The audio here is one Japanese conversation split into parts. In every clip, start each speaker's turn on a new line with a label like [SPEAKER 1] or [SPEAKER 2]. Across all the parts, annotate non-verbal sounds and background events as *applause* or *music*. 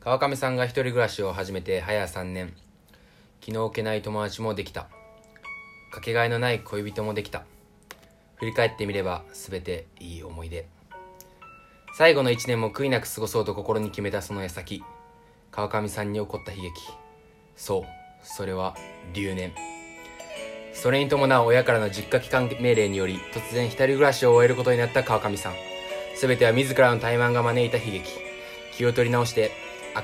[SPEAKER 1] 川上さんが一人暮らしを始めて早3年気の置けない友達もできたかけがえのない恋人もできた振り返ってみれば全ていい思い出最後の1年も悔いなく過ごそうと心に決めたその矢先川上さんに起こった悲劇そうそれは留年それに伴う親からの実家帰還命令により突然一人暮らしを終えることになった川上さん全ては自らの怠慢が招いた悲劇気を取り直して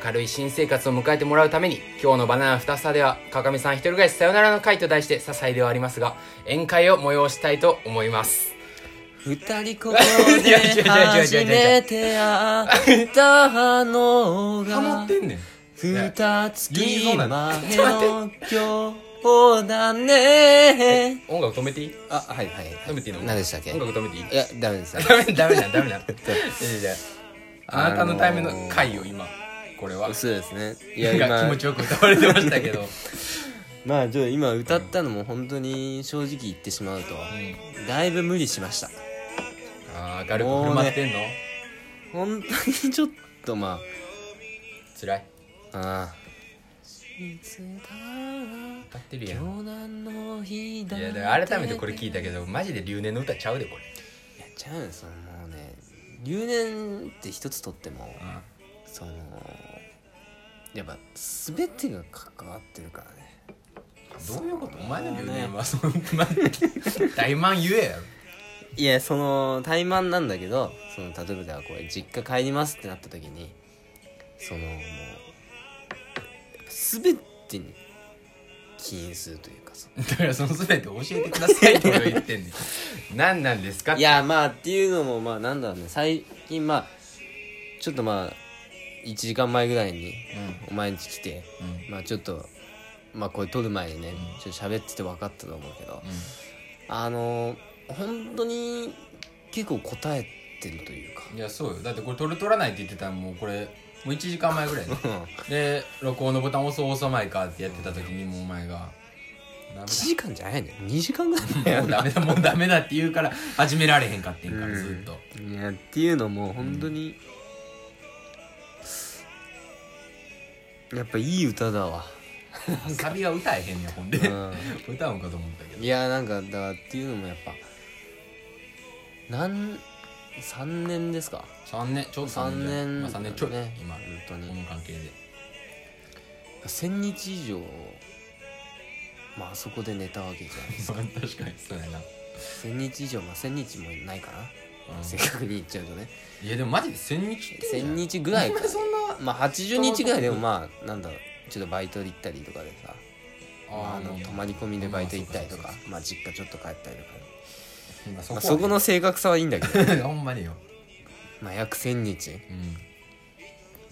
[SPEAKER 1] 明るい新生活を迎えてもらうために今日の「バナナ2房」では川上さん一人暮らしさよならの会と題して些細ではありますが宴会を催したいと思います
[SPEAKER 2] 二人ここで初めて会ったのが
[SPEAKER 1] んねん
[SPEAKER 2] 二月前の今日だね
[SPEAKER 1] 音楽止めていい
[SPEAKER 2] あ、はいはいはい。
[SPEAKER 1] 止めていいの
[SPEAKER 2] 何でしたっけ
[SPEAKER 1] 音
[SPEAKER 2] い
[SPEAKER 1] 楽止めていい
[SPEAKER 2] や、ダメです。
[SPEAKER 1] ダメダ *laughs* メじゃんダメじゃんじゃあ
[SPEAKER 2] あ
[SPEAKER 1] あ
[SPEAKER 2] のー
[SPEAKER 1] なたのための会よ今これは
[SPEAKER 2] そうですね。いや、
[SPEAKER 1] *laughs* が気
[SPEAKER 2] 今
[SPEAKER 1] 持、ちよく歌われてましたけど、 *laughs*
[SPEAKER 2] まあ、ちょっと今歌ったのも本当に正直言ってしまうと、だいぶ無理しました。
[SPEAKER 1] ああ明るく振る舞ってんの、
[SPEAKER 2] 本当にちょっとま
[SPEAKER 1] 辛い
[SPEAKER 2] あ、ああ。いつだ
[SPEAKER 1] 歌ってるやん
[SPEAKER 2] 湘南の日だ
[SPEAKER 1] いやだから改めてこれ聞いたけどマジで留年の歌ちゃうでこれ
[SPEAKER 2] いやちゃうんですよもうね留年って一つとってもそのやっぱ全てが関わってるからね
[SPEAKER 1] どういうことお前の留年はそのま大満言えやろ
[SPEAKER 2] いやその怠慢なんだけどその例えばではこれ実家帰りますってなった時にそのもう全てに起因するというかその
[SPEAKER 1] だからその全て教えてくださいって俺は言ってん *laughs* ねん何なんですかっ
[SPEAKER 2] い
[SPEAKER 1] て
[SPEAKER 2] やまあっていうのもまあなんだろうね最近まあちょっとまあ1時間前ぐらいに
[SPEAKER 1] う
[SPEAKER 2] お前ん家来て
[SPEAKER 1] んうん
[SPEAKER 2] まあちょっとまあこれ撮る前にね、
[SPEAKER 1] ん
[SPEAKER 2] ちょっと喋ってて分かったと思うけど、
[SPEAKER 1] うん
[SPEAKER 2] あの本当に結構答えてるというか
[SPEAKER 1] いやそうよだってこれ取る取らないって言ってたらもうこれもう1時間前ぐらいでで録音のボタン押そう押さないかってやってた時にもうお前が「ダメ
[SPEAKER 2] 1時間じゃないね2時間ぐらいだ
[SPEAKER 1] だ
[SPEAKER 2] よ
[SPEAKER 1] もうダメだもうダメだ」って言うから始められへんかってんから
[SPEAKER 2] うん
[SPEAKER 1] ずっと
[SPEAKER 2] いやっていうのも本当に、やっぱいい歌だわ、
[SPEAKER 1] *laughs* サビは歌えへんねんほんで
[SPEAKER 2] う
[SPEAKER 1] 歌うんかと思ったけ
[SPEAKER 2] ん、
[SPEAKER 1] ど
[SPEAKER 2] いやなんかだからっていうのもやっぱなん3年ですか
[SPEAKER 1] 3年ちょうど
[SPEAKER 2] 3年
[SPEAKER 1] まあ、3年ちょい、
[SPEAKER 2] ね
[SPEAKER 1] 今
[SPEAKER 2] 本当に
[SPEAKER 1] この関係
[SPEAKER 2] *laughs*
[SPEAKER 1] で
[SPEAKER 2] 1000日以上まああそこで寝たわけじゃないですか
[SPEAKER 1] まあ確かにそうやな、
[SPEAKER 2] 1000日以上まあ1000日もないかなせっ
[SPEAKER 1] う
[SPEAKER 2] かくに行っちゃうとね
[SPEAKER 1] ん、いやでもマジで1000日って
[SPEAKER 2] 1000日
[SPEAKER 1] ぐ
[SPEAKER 2] ぐらいか
[SPEAKER 1] そんな
[SPEAKER 2] まあ80日ぐらいでもまあなんだろうちょっとバイト行ったりとかでさあの泊まり込みでバイト行ったりとかまあ実家ちょっと帰ったりとか、
[SPEAKER 1] まあそ
[SPEAKER 2] まあ、
[SPEAKER 1] こ
[SPEAKER 2] そこの正確さはいいんだけど
[SPEAKER 1] *laughs* ほんまによ、
[SPEAKER 2] まあ約1000日
[SPEAKER 1] うん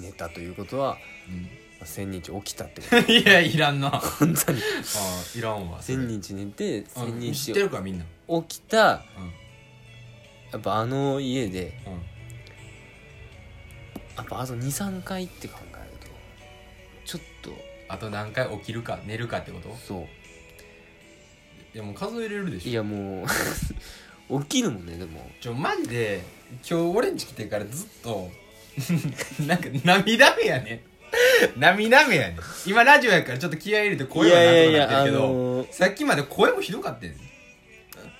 [SPEAKER 2] 寝たということは
[SPEAKER 1] うん
[SPEAKER 2] まあ1000日起きたってこ
[SPEAKER 1] *laughs*
[SPEAKER 2] と
[SPEAKER 1] いやいら
[SPEAKER 2] *laughs*
[SPEAKER 1] んなあ
[SPEAKER 2] 本当に
[SPEAKER 1] ーいらんわそれ
[SPEAKER 2] 1000日寝て
[SPEAKER 1] あ
[SPEAKER 2] 1000
[SPEAKER 1] 知って
[SPEAKER 2] 日
[SPEAKER 1] るかみんな
[SPEAKER 2] 起きた
[SPEAKER 1] うん
[SPEAKER 2] やっぱあの家で
[SPEAKER 1] うん
[SPEAKER 2] やっぱあと23回って考えるとちょっと
[SPEAKER 1] あと何回起きるか寝るかってこと
[SPEAKER 2] そう
[SPEAKER 1] いやもう数えれるでしょ
[SPEAKER 2] いやもう *laughs* 起きるもんねでも
[SPEAKER 1] ちょマジで今日俺んち来てからずっと *laughs* なんか涙目やね涙目やね今ラジオやからちょっと気合い入れて声はなんとかなってるけど
[SPEAKER 2] の
[SPEAKER 1] さっきまで声もひどかったよね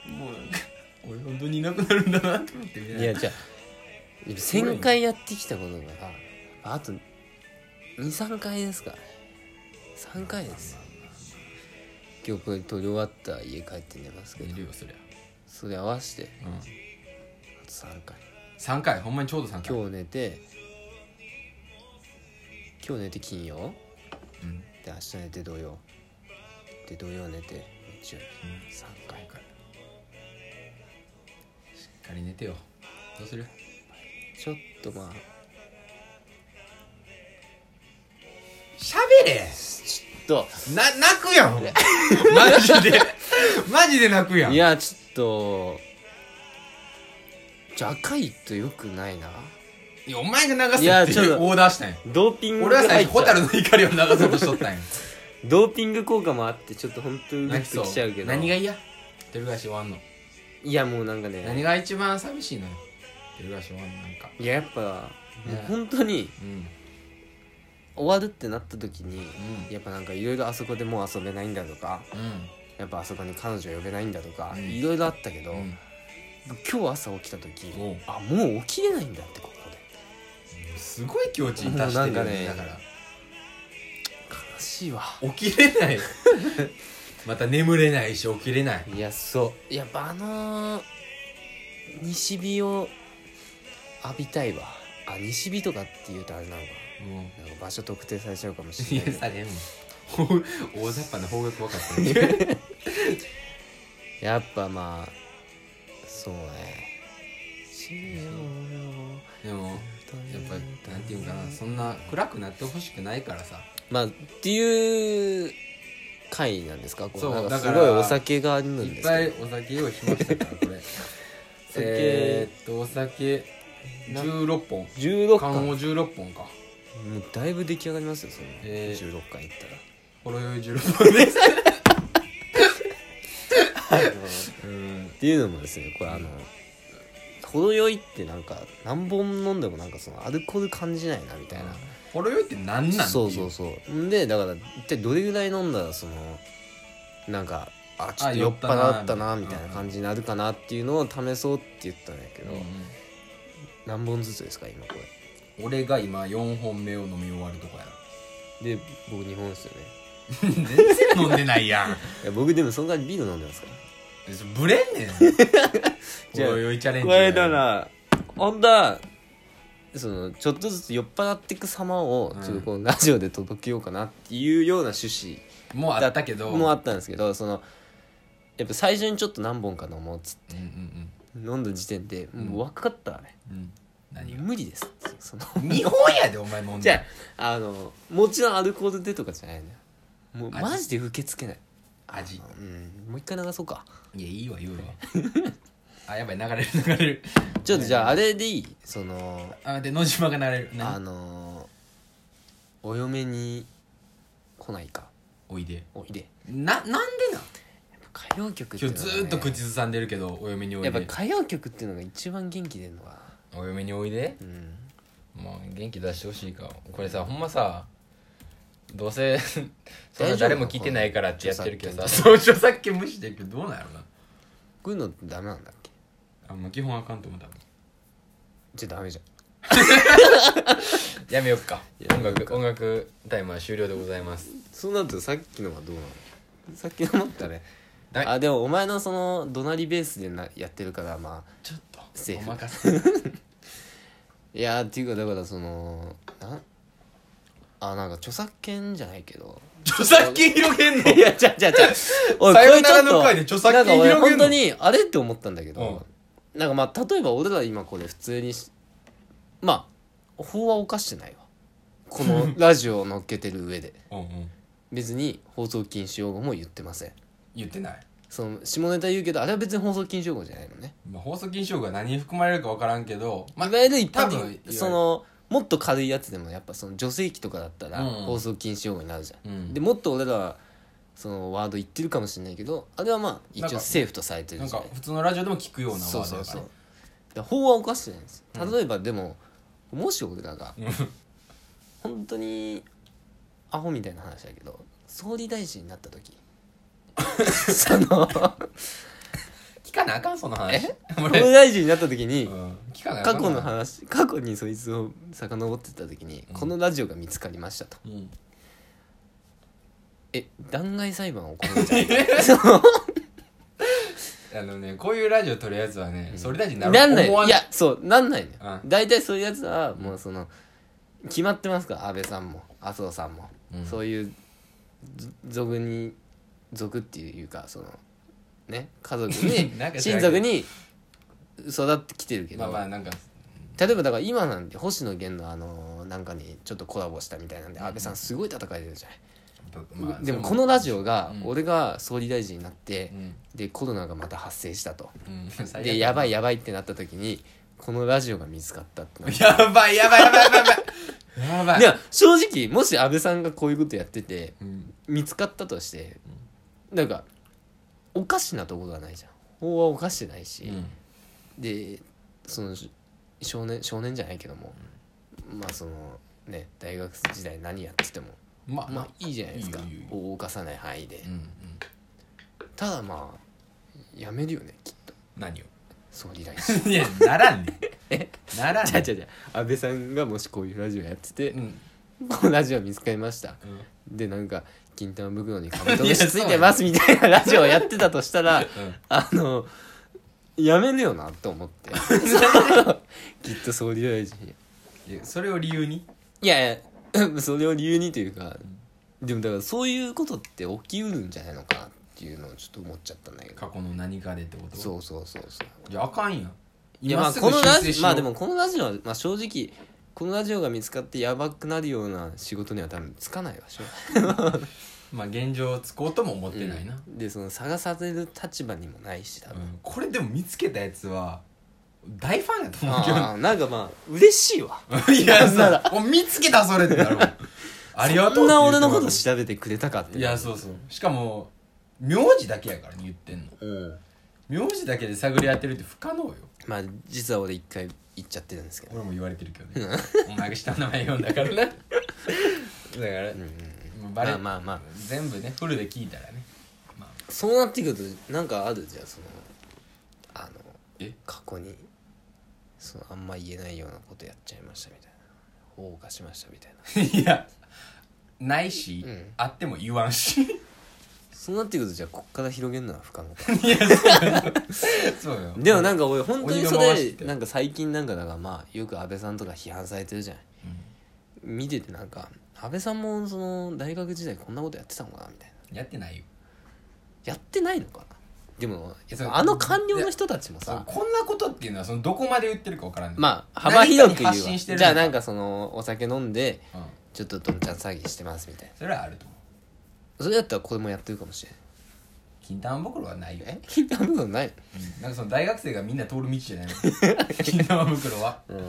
[SPEAKER 1] もうなんか俺本当にいなくなるんだなと思ってみたいない
[SPEAKER 2] やじゃあ1000回やってきたことがあと23回ですからね3回ですよ今日これ撮り終わったら家帰って寝ますけ
[SPEAKER 1] い
[SPEAKER 2] ど
[SPEAKER 1] るよそりゃ、
[SPEAKER 2] それ合わせて
[SPEAKER 1] うん、
[SPEAKER 2] あと3回
[SPEAKER 1] 3回ほんまにちょうど3回
[SPEAKER 2] 今日寝て今日寝て金曜
[SPEAKER 1] うん、うん
[SPEAKER 2] で明日寝て土曜で土曜寝て日曜3回
[SPEAKER 1] しっかり寝てよどうする
[SPEAKER 2] ちょっとまあ
[SPEAKER 1] 喋れ
[SPEAKER 2] と
[SPEAKER 1] な泣くやん *laughs* マジでマジで泣くやん
[SPEAKER 2] いやちょっとじゃ赤いとよくないない
[SPEAKER 1] やお前が流
[SPEAKER 2] いや
[SPEAKER 1] せ
[SPEAKER 2] ち
[SPEAKER 1] って
[SPEAKER 2] ょっと
[SPEAKER 1] オーダーしたんや
[SPEAKER 2] ドーピング
[SPEAKER 1] 俺は最初
[SPEAKER 2] 入っちゃう
[SPEAKER 1] 蛍の怒りを流そうとしとった
[SPEAKER 2] *laughs*
[SPEAKER 1] んや
[SPEAKER 2] ドーピング効果もあってちょっと本当にグ
[SPEAKER 1] 泣き
[SPEAKER 2] ッ
[SPEAKER 1] そ
[SPEAKER 2] ときちゃうけ
[SPEAKER 1] う
[SPEAKER 2] ど
[SPEAKER 1] 何が嫌一人暮らし終わんの
[SPEAKER 2] いやもうなんか
[SPEAKER 1] 何
[SPEAKER 2] ね
[SPEAKER 1] が一番寂しいのよ一人暮らし終わんのなんか
[SPEAKER 2] いややっぱ、
[SPEAKER 1] ね
[SPEAKER 2] もう本当に
[SPEAKER 1] うん
[SPEAKER 2] 終わるってなった時に
[SPEAKER 1] うん
[SPEAKER 2] やっぱなんかいろいろあそこでもう遊べないんだとか
[SPEAKER 1] うん
[SPEAKER 2] やっぱあそこに彼女呼べないんだとか
[SPEAKER 1] うん
[SPEAKER 2] いろいろあったけど、
[SPEAKER 1] うん
[SPEAKER 2] 今日朝起きた時
[SPEAKER 1] おう
[SPEAKER 2] あもう起きれないんだってここ
[SPEAKER 1] すごい境地に達してるよね
[SPEAKER 2] も
[SPEAKER 1] だ
[SPEAKER 2] うなんかね
[SPEAKER 1] から
[SPEAKER 2] で悲しいわ
[SPEAKER 1] 起きれない *laughs* また眠れないし起きれない
[SPEAKER 2] いやそうやっぱあのー西日を浴びたいわあ西日とかって言うとあれなのか
[SPEAKER 1] も
[SPEAKER 2] ななんか場所特定されちゃうかもし
[SPEAKER 1] ういや
[SPEAKER 2] れないけど
[SPEAKER 1] さ
[SPEAKER 2] *laughs*
[SPEAKER 1] れんもんほう大雑把な方角分かったね
[SPEAKER 2] やっぱまあそうね
[SPEAKER 1] でもやっぱなんていうんかなそんな暗くなってほしくないからさ
[SPEAKER 2] まあっていう回なんですかこ
[SPEAKER 1] そう
[SPEAKER 2] なんか
[SPEAKER 1] だ
[SPEAKER 2] す
[SPEAKER 1] から
[SPEAKER 2] ごいお酒があるん
[SPEAKER 1] い
[SPEAKER 2] で
[SPEAKER 1] っ
[SPEAKER 2] す
[SPEAKER 1] ぱ
[SPEAKER 2] け
[SPEAKER 1] い
[SPEAKER 2] ど
[SPEAKER 1] お酒用意しましたからこれ
[SPEAKER 2] *laughs* 酒
[SPEAKER 1] えーっとお酒
[SPEAKER 2] な
[SPEAKER 1] 16本
[SPEAKER 2] 16回
[SPEAKER 1] 缶
[SPEAKER 2] も
[SPEAKER 1] を16本か
[SPEAKER 2] うだいぶ出来上がりますよその
[SPEAKER 1] えー
[SPEAKER 2] 16回いった
[SPEAKER 1] ほろ酔い16本です
[SPEAKER 2] ら、あの
[SPEAKER 1] うん
[SPEAKER 2] っていうのもですねこれあの程よいってなんか何本飲んでもなんかそのアルコール感じないなみたいな、
[SPEAKER 1] ほろ酔いって何なん
[SPEAKER 2] そうそう
[SPEAKER 1] そ
[SPEAKER 2] そううんでだから一体どれぐらい飲んだらそのなんかあちょっ
[SPEAKER 1] あ
[SPEAKER 2] と酔っ払ったな
[SPEAKER 1] 酔っ払ったな
[SPEAKER 2] みたいな感じになるかなっていうのを試そうって言ったんやけど、何本ずつですか今こ
[SPEAKER 1] 俺が今4本目を飲み終わるとこや
[SPEAKER 2] れで僕2本ですよね
[SPEAKER 1] 全然飲んでないやん
[SPEAKER 2] いや僕でもその代わりビール飲んでますから
[SPEAKER 1] ブレんねん
[SPEAKER 2] *laughs* じゃあ
[SPEAKER 1] ほろ酔いチャレンジ
[SPEAKER 2] これだからほんだそのちょっとずつ酔っ払っていく様を
[SPEAKER 1] うん
[SPEAKER 2] ちょっとこのラジオで届けようかなっていうような趣
[SPEAKER 1] もうあ
[SPEAKER 2] 旨
[SPEAKER 1] ったけど
[SPEAKER 2] もあったんですけどそのやっぱ最初にちょっと何本か飲もうっつって
[SPEAKER 1] うんうん
[SPEAKER 2] 飲んだ時点で
[SPEAKER 1] ん
[SPEAKER 2] もう分かったわね、
[SPEAKER 1] うんうん何が
[SPEAKER 2] 無理ですその *laughs*
[SPEAKER 1] 日本やでお前もん
[SPEAKER 2] じゃああのもちろんアルコールでとかじゃないのよもう
[SPEAKER 1] 味
[SPEAKER 2] マジで受け付けない
[SPEAKER 1] 味
[SPEAKER 2] うんもう一回流そうか
[SPEAKER 1] いやいいわ言うわ *laughs* あやばい流れる流れる
[SPEAKER 2] ちょっとじゃああれでいいその
[SPEAKER 1] あ待って野島が流れる
[SPEAKER 2] あ
[SPEAKER 1] 何
[SPEAKER 2] のーお嫁に来ないか
[SPEAKER 1] おいで
[SPEAKER 2] おいで
[SPEAKER 1] ななんでなん
[SPEAKER 2] 歌謡曲ってい
[SPEAKER 1] 今
[SPEAKER 2] う
[SPEAKER 1] 日
[SPEAKER 2] のがね、
[SPEAKER 1] ずーっと口ずさんでるけどお嫁にお
[SPEAKER 2] や
[SPEAKER 1] い
[SPEAKER 2] っぱ
[SPEAKER 1] で
[SPEAKER 2] 歌謡曲っていうのが一番元気出るのが
[SPEAKER 1] お嫁においで
[SPEAKER 2] うん
[SPEAKER 1] まあ元気出してほしいかこれさほんまさどう *laughs* せそんな誰も聞いてないからってやってるけどさそう著作権無視でけどどうなんやろな
[SPEAKER 2] こういうのってダメなんだっけ
[SPEAKER 1] あもう基本あかんと思う多分
[SPEAKER 2] じゃあダメじゃん
[SPEAKER 1] やめよっか
[SPEAKER 2] や
[SPEAKER 1] 音
[SPEAKER 2] めよっか
[SPEAKER 1] 楽音楽タイマー終了でございます
[SPEAKER 2] そうなるとさっきのはどうなのさっきのもったね
[SPEAKER 1] だ
[SPEAKER 2] あでもお前のその怒鳴りベースでなやってるからまあ
[SPEAKER 1] ちょっと
[SPEAKER 2] セーフ
[SPEAKER 1] お任せ
[SPEAKER 2] いやーっていうかだからそのなあなんか著作権じゃないけど
[SPEAKER 1] 著作権広げんの
[SPEAKER 2] *laughs* いや、じゃじゃじゃ。俺
[SPEAKER 1] さよならの会で著作権広げんの
[SPEAKER 2] なんか俺本当に、あれって思ったんだけど、なんかまあ、例えば俺ら今これ普通にし、まあ、法は犯してないわ。このラジオを乗っけてる上で。 *laughs*
[SPEAKER 1] うんうん
[SPEAKER 2] 別に放送禁止用語も言ってません。
[SPEAKER 1] 言ってない
[SPEAKER 2] その、下ネタ言うけど、あれは別に放送禁止用語じゃないのね。
[SPEAKER 1] まあ放送禁止用語が何に含まれるか分からんけどまあ
[SPEAKER 2] いわゆる一
[SPEAKER 1] 多
[SPEAKER 2] 般
[SPEAKER 1] 分
[SPEAKER 2] 的に、その、もっと軽いやつでもやっぱその女性器とかだったら
[SPEAKER 1] うん
[SPEAKER 2] 放送禁止用語になるじゃん、
[SPEAKER 1] うん
[SPEAKER 2] でもっと俺らはそのワード言ってるかもしれないけどあれはまあ一
[SPEAKER 1] なん
[SPEAKER 2] 応
[SPEAKER 1] か
[SPEAKER 2] セーフとされて
[SPEAKER 1] なん
[SPEAKER 2] るじゃ
[SPEAKER 1] か
[SPEAKER 2] ない
[SPEAKER 1] 普通のラジオでも聞くようなワード
[SPEAKER 2] そう
[SPEAKER 1] やか
[SPEAKER 2] そ
[SPEAKER 1] ら
[SPEAKER 2] うそうだから法は犯してないんですよ例えば、でももし俺らが本当にアホみたいな話だけど総理大臣になった *laughs* 時その
[SPEAKER 1] 聞かなあかんその話
[SPEAKER 2] *laughs* 総理大臣になった時
[SPEAKER 1] う
[SPEAKER 2] に
[SPEAKER 1] ん聞かなあか
[SPEAKER 2] 過
[SPEAKER 1] ん
[SPEAKER 2] 去の話過去にそいつを遡ってった時に、
[SPEAKER 1] うん
[SPEAKER 2] このラジオが見つかりましたと
[SPEAKER 1] うん
[SPEAKER 2] え弾劾裁判を起こるんじゃない
[SPEAKER 1] あのねこういうラジオ撮るやつはねそれ大事にな
[SPEAKER 2] なんない
[SPEAKER 1] 思わ
[SPEAKER 2] いやそうなんないのよ
[SPEAKER 1] う
[SPEAKER 2] 大体そういうやつはもうその決まってますから安倍さんも麻生さんも、
[SPEAKER 1] うん
[SPEAKER 2] そういうず俗に俗っていうかそのね家族に
[SPEAKER 1] *laughs* なんか知ら
[SPEAKER 2] 親
[SPEAKER 1] んけど
[SPEAKER 2] 族に育ってきてるけど、
[SPEAKER 1] まあまあなんか
[SPEAKER 2] 例えばだから今なんて星野源のあのなんかにちょっとコラボしたみたいなんで安倍さんすごい戦い出るじゃない、
[SPEAKER 1] まあ
[SPEAKER 2] でもこのラジ
[SPEAKER 1] オ
[SPEAKER 2] オが
[SPEAKER 1] うん
[SPEAKER 2] 俺が総理大臣になって、
[SPEAKER 1] うん
[SPEAKER 2] でコロナがまた発生したと、
[SPEAKER 1] うん最悪
[SPEAKER 2] でやばいやばいってなった時にこのラジオが見つかったって
[SPEAKER 1] *laughs*
[SPEAKER 2] なって
[SPEAKER 1] やばいやばいやばいやばいやばい
[SPEAKER 2] でも正直もし安倍さんがこういうことやってて
[SPEAKER 1] うん
[SPEAKER 2] 見つかったとしてなんかおかしなところはないじゃん法はおかしてないし、
[SPEAKER 1] うん
[SPEAKER 2] でそのし少年少年じゃないけども、まあそのね大学時代何やってても
[SPEAKER 1] ま
[SPEAKER 2] まあいいじゃないですか
[SPEAKER 1] いいよいいよ
[SPEAKER 2] 大犯さない範囲で、
[SPEAKER 1] うんうん
[SPEAKER 2] ただまあやめるよねきっと
[SPEAKER 1] 何
[SPEAKER 2] *laughs*
[SPEAKER 1] を
[SPEAKER 2] 総理
[SPEAKER 1] *laughs*
[SPEAKER 2] 大臣
[SPEAKER 1] いやならんねならん
[SPEAKER 2] じゃあ
[SPEAKER 1] ね
[SPEAKER 2] じゃあじゃあ安倍さんがもしこういうラジオやってて、
[SPEAKER 1] うん
[SPEAKER 2] このラジオ見つかりました
[SPEAKER 1] う
[SPEAKER 2] でなんか金玉袋にカブトムシついてますみたいなラジオをやってたとした *laughs* ら
[SPEAKER 1] ん
[SPEAKER 2] あのやめるよなと思ってきっと総理大臣
[SPEAKER 1] いやそれを理由に
[SPEAKER 2] いやいや *laughs* それを理由にというかでもだからそういうことって起きうるんじゃないのかなっていうのをちょっと思っちゃったんだけど
[SPEAKER 1] 過去の何かでってこと
[SPEAKER 2] そうそうそうそう
[SPEAKER 1] じゃああかんやん
[SPEAKER 2] いやまあ
[SPEAKER 1] す
[SPEAKER 2] こ
[SPEAKER 1] ぐ
[SPEAKER 2] のラ
[SPEAKER 1] 修正し
[SPEAKER 2] ジ
[SPEAKER 1] よ
[SPEAKER 2] ま
[SPEAKER 1] う
[SPEAKER 2] あでもこのラジオは、まあ、正直このラジオが見つかってやばくなるような仕事には多分つかないわしょ
[SPEAKER 1] まあ現状をつこうとも思っ
[SPEAKER 2] う
[SPEAKER 1] てないな、
[SPEAKER 2] んでその探される立場にもないし多
[SPEAKER 1] う
[SPEAKER 2] 分、
[SPEAKER 1] んこれでも見つけたやつは大ファンやと思うけど
[SPEAKER 2] ああなんかまあ嬉しいわ
[SPEAKER 1] な *laughs* いや
[SPEAKER 2] なんなら
[SPEAKER 1] さもう見つけたそれってなる
[SPEAKER 2] *laughs*
[SPEAKER 1] もんありがとう
[SPEAKER 2] そんな俺のこと
[SPEAKER 1] し
[SPEAKER 2] 調べてくれたかって
[SPEAKER 1] い
[SPEAKER 2] い
[SPEAKER 1] やそうそうしかも名字だけやからね言ってんの
[SPEAKER 2] うん
[SPEAKER 1] 名字だけで探り当てるって不可能よ
[SPEAKER 2] まあ実は俺一回行っちゃってるんですけど
[SPEAKER 1] 俺も言われてるけどねお前が下の名前読んだ
[SPEAKER 2] *laughs*
[SPEAKER 1] からなだから、
[SPEAKER 2] うんうん
[SPEAKER 1] もうバレ
[SPEAKER 2] まあまあまあ
[SPEAKER 1] 全部ねフルで聞いたらね、まあ、
[SPEAKER 2] そうなってくるとなんかあるじゃんそのあの
[SPEAKER 1] え
[SPEAKER 2] 過去にそのあんま言えないようなことやっちゃいましたみたいな放火しましたみたい
[SPEAKER 1] *laughs*
[SPEAKER 2] ない
[SPEAKER 1] やないし、
[SPEAKER 2] うん
[SPEAKER 1] あっても言わんし
[SPEAKER 2] *laughs* そうなってくるとじゃあこっから広げるのは不可能か
[SPEAKER 1] そうよ
[SPEAKER 2] でもなんか俺本当にそ
[SPEAKER 1] 鬼の回しっ
[SPEAKER 2] れ
[SPEAKER 1] て
[SPEAKER 2] なんか最近なんかだからまあよく安倍さんとか批判されてるじゃない見ててなんか安倍さんもその大学時代こんなことやってたのかなみたいな
[SPEAKER 1] やってないよ
[SPEAKER 2] やってないのかなでも
[SPEAKER 1] やそう
[SPEAKER 2] あの官僚の人たちも
[SPEAKER 1] そう
[SPEAKER 2] さ
[SPEAKER 1] こんなことっていうのはそのどこまで言ってるか分からん
[SPEAKER 2] まあ幅広く言
[SPEAKER 1] 何かに発
[SPEAKER 2] うわ
[SPEAKER 1] 信してる
[SPEAKER 2] じゃあなんかそのお酒飲んで
[SPEAKER 1] あ、うん、
[SPEAKER 2] ちょっとどんちゃん騒ぎしてますみたいな
[SPEAKER 1] それはあると思う
[SPEAKER 2] それだったらこれもやってるかもしれない
[SPEAKER 1] 金玉袋はないよ、
[SPEAKER 2] え *laughs* 聞いたことない
[SPEAKER 1] うん、なんかその大学生がみんな通る道じゃない
[SPEAKER 2] *laughs*
[SPEAKER 1] の金玉袋は
[SPEAKER 2] う
[SPEAKER 1] じゃ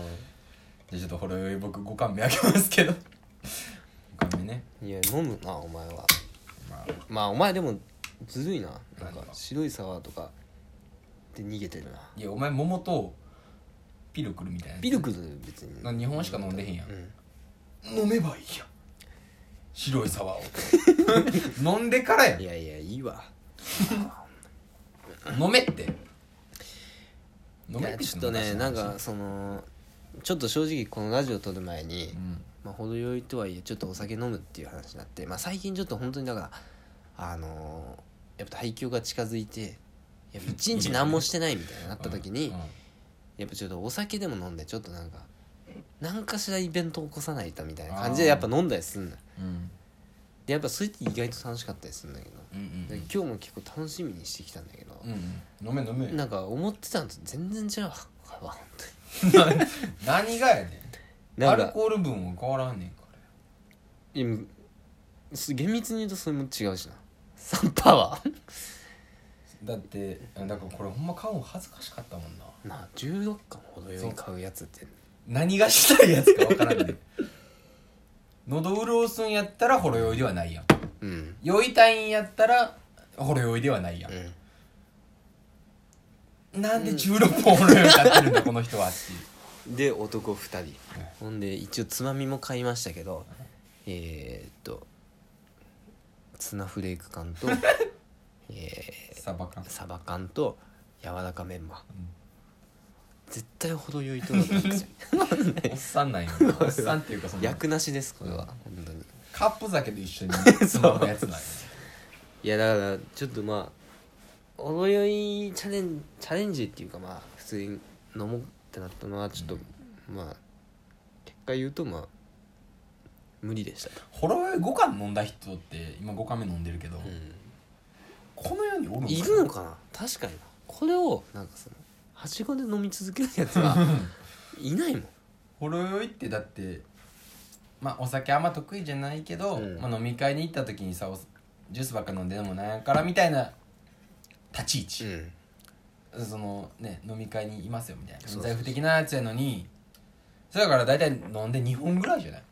[SPEAKER 1] あちょっとこれ僕5巻目開けますけ
[SPEAKER 2] *laughs*
[SPEAKER 1] ど5巻目ね
[SPEAKER 2] んいや飲むなお前は
[SPEAKER 1] まあ
[SPEAKER 2] まあお前でもずるいななん
[SPEAKER 1] 何
[SPEAKER 2] か
[SPEAKER 1] が
[SPEAKER 2] 白いサワーとかで逃げてるない
[SPEAKER 1] やお前桃とピルクルみたいな
[SPEAKER 2] ピルクル別に
[SPEAKER 1] 日本しか飲んでへんやん
[SPEAKER 2] う、ん
[SPEAKER 1] 飲めばいいやん白いサワーを *laughs* 飲んでからやん
[SPEAKER 2] いやいやいいわ
[SPEAKER 1] 飲めって飲
[SPEAKER 2] い
[SPEAKER 1] めっ
[SPEAKER 2] や
[SPEAKER 1] て
[SPEAKER 2] ちょっとね
[SPEAKER 1] 言
[SPEAKER 2] な
[SPEAKER 1] の
[SPEAKER 2] んかそのちょっと正直このラジオ撮る前に、
[SPEAKER 1] うん
[SPEAKER 2] まあ、程よいとはいえちょっとお酒飲むっていう話になって、まあ、最近ちょっと本当にだからあのーやっぱ配給が近づいてやっぱ一日何もしてないみたいになった時に、
[SPEAKER 1] うんうん
[SPEAKER 2] やっぱちょっとお酒でも飲んでちょっとなんか何かしらイベントを起こさないとみたいな感じでやっぱ飲んだりすんの
[SPEAKER 1] うん
[SPEAKER 2] でやっぱそれって意外と楽しかったりするんだけど、
[SPEAKER 1] うん
[SPEAKER 2] で今日も結構楽しみにしてきたんだけど
[SPEAKER 1] う、んうん飲め飲め
[SPEAKER 2] なんか思ってたのと全然違うわこれは本
[SPEAKER 1] 何がやね
[SPEAKER 2] 当
[SPEAKER 1] ん
[SPEAKER 2] にな
[SPEAKER 1] ア
[SPEAKER 2] ん
[SPEAKER 1] ル
[SPEAKER 2] か
[SPEAKER 1] コール分は変わらんねんか
[SPEAKER 2] 今す厳密に言うとそれも違うしなサンパワー
[SPEAKER 1] らだってだからこれほんま買うの恥ずかしかったもんな
[SPEAKER 2] なあ16巻ほどよい買うやつって
[SPEAKER 1] 何がしたいやつかわからんねん喉潤すんやったらほろ酔いではないやん
[SPEAKER 2] うん
[SPEAKER 1] 酔いたいんやったらほろ酔いではないやん、
[SPEAKER 2] うん
[SPEAKER 1] なんで16本ほろ酔い買ってるんだこの人はっていう
[SPEAKER 2] で男2人ほんで一応つまみも買いましたけどえー、っとツナフレーク缶 *laughs* とえ
[SPEAKER 1] サバ缶
[SPEAKER 2] ー、サバ缶と柔らかメンマ、絶対程よいとだと思うんですよ
[SPEAKER 1] おっさん
[SPEAKER 2] *laughs*
[SPEAKER 1] なんやおっさん *laughs* っていうかその
[SPEAKER 2] 役なしですこれは本当に
[SPEAKER 1] カップ酒と一緒に
[SPEAKER 2] そ
[SPEAKER 1] そうのやつなんや
[SPEAKER 2] いやだからちょっとまあ程よいチャレンチャレンジっていうかまあ普通に飲もうってなったのはちょっと、まあ結果言うとまあ無理でしたと、
[SPEAKER 1] ほろ酔い5缶飲んだ人って今5缶目飲んでるけど、この世におるんかない
[SPEAKER 2] るのかな確かになこれをなんかそのはしごで飲み続けるやつはいないもん
[SPEAKER 1] ほろ酔いってだってまあお酒あんま得意じゃないけど、
[SPEAKER 2] うん
[SPEAKER 1] まあ、飲み会に行った時にさおジュースばっか飲んでるのもなんやからみたいな立ち位置、
[SPEAKER 2] ん
[SPEAKER 1] そのね飲み会にいますよみたいな
[SPEAKER 2] そうそうそう
[SPEAKER 1] 財布的なやつやのにそれだから大体飲んで2本ぐらいじゃない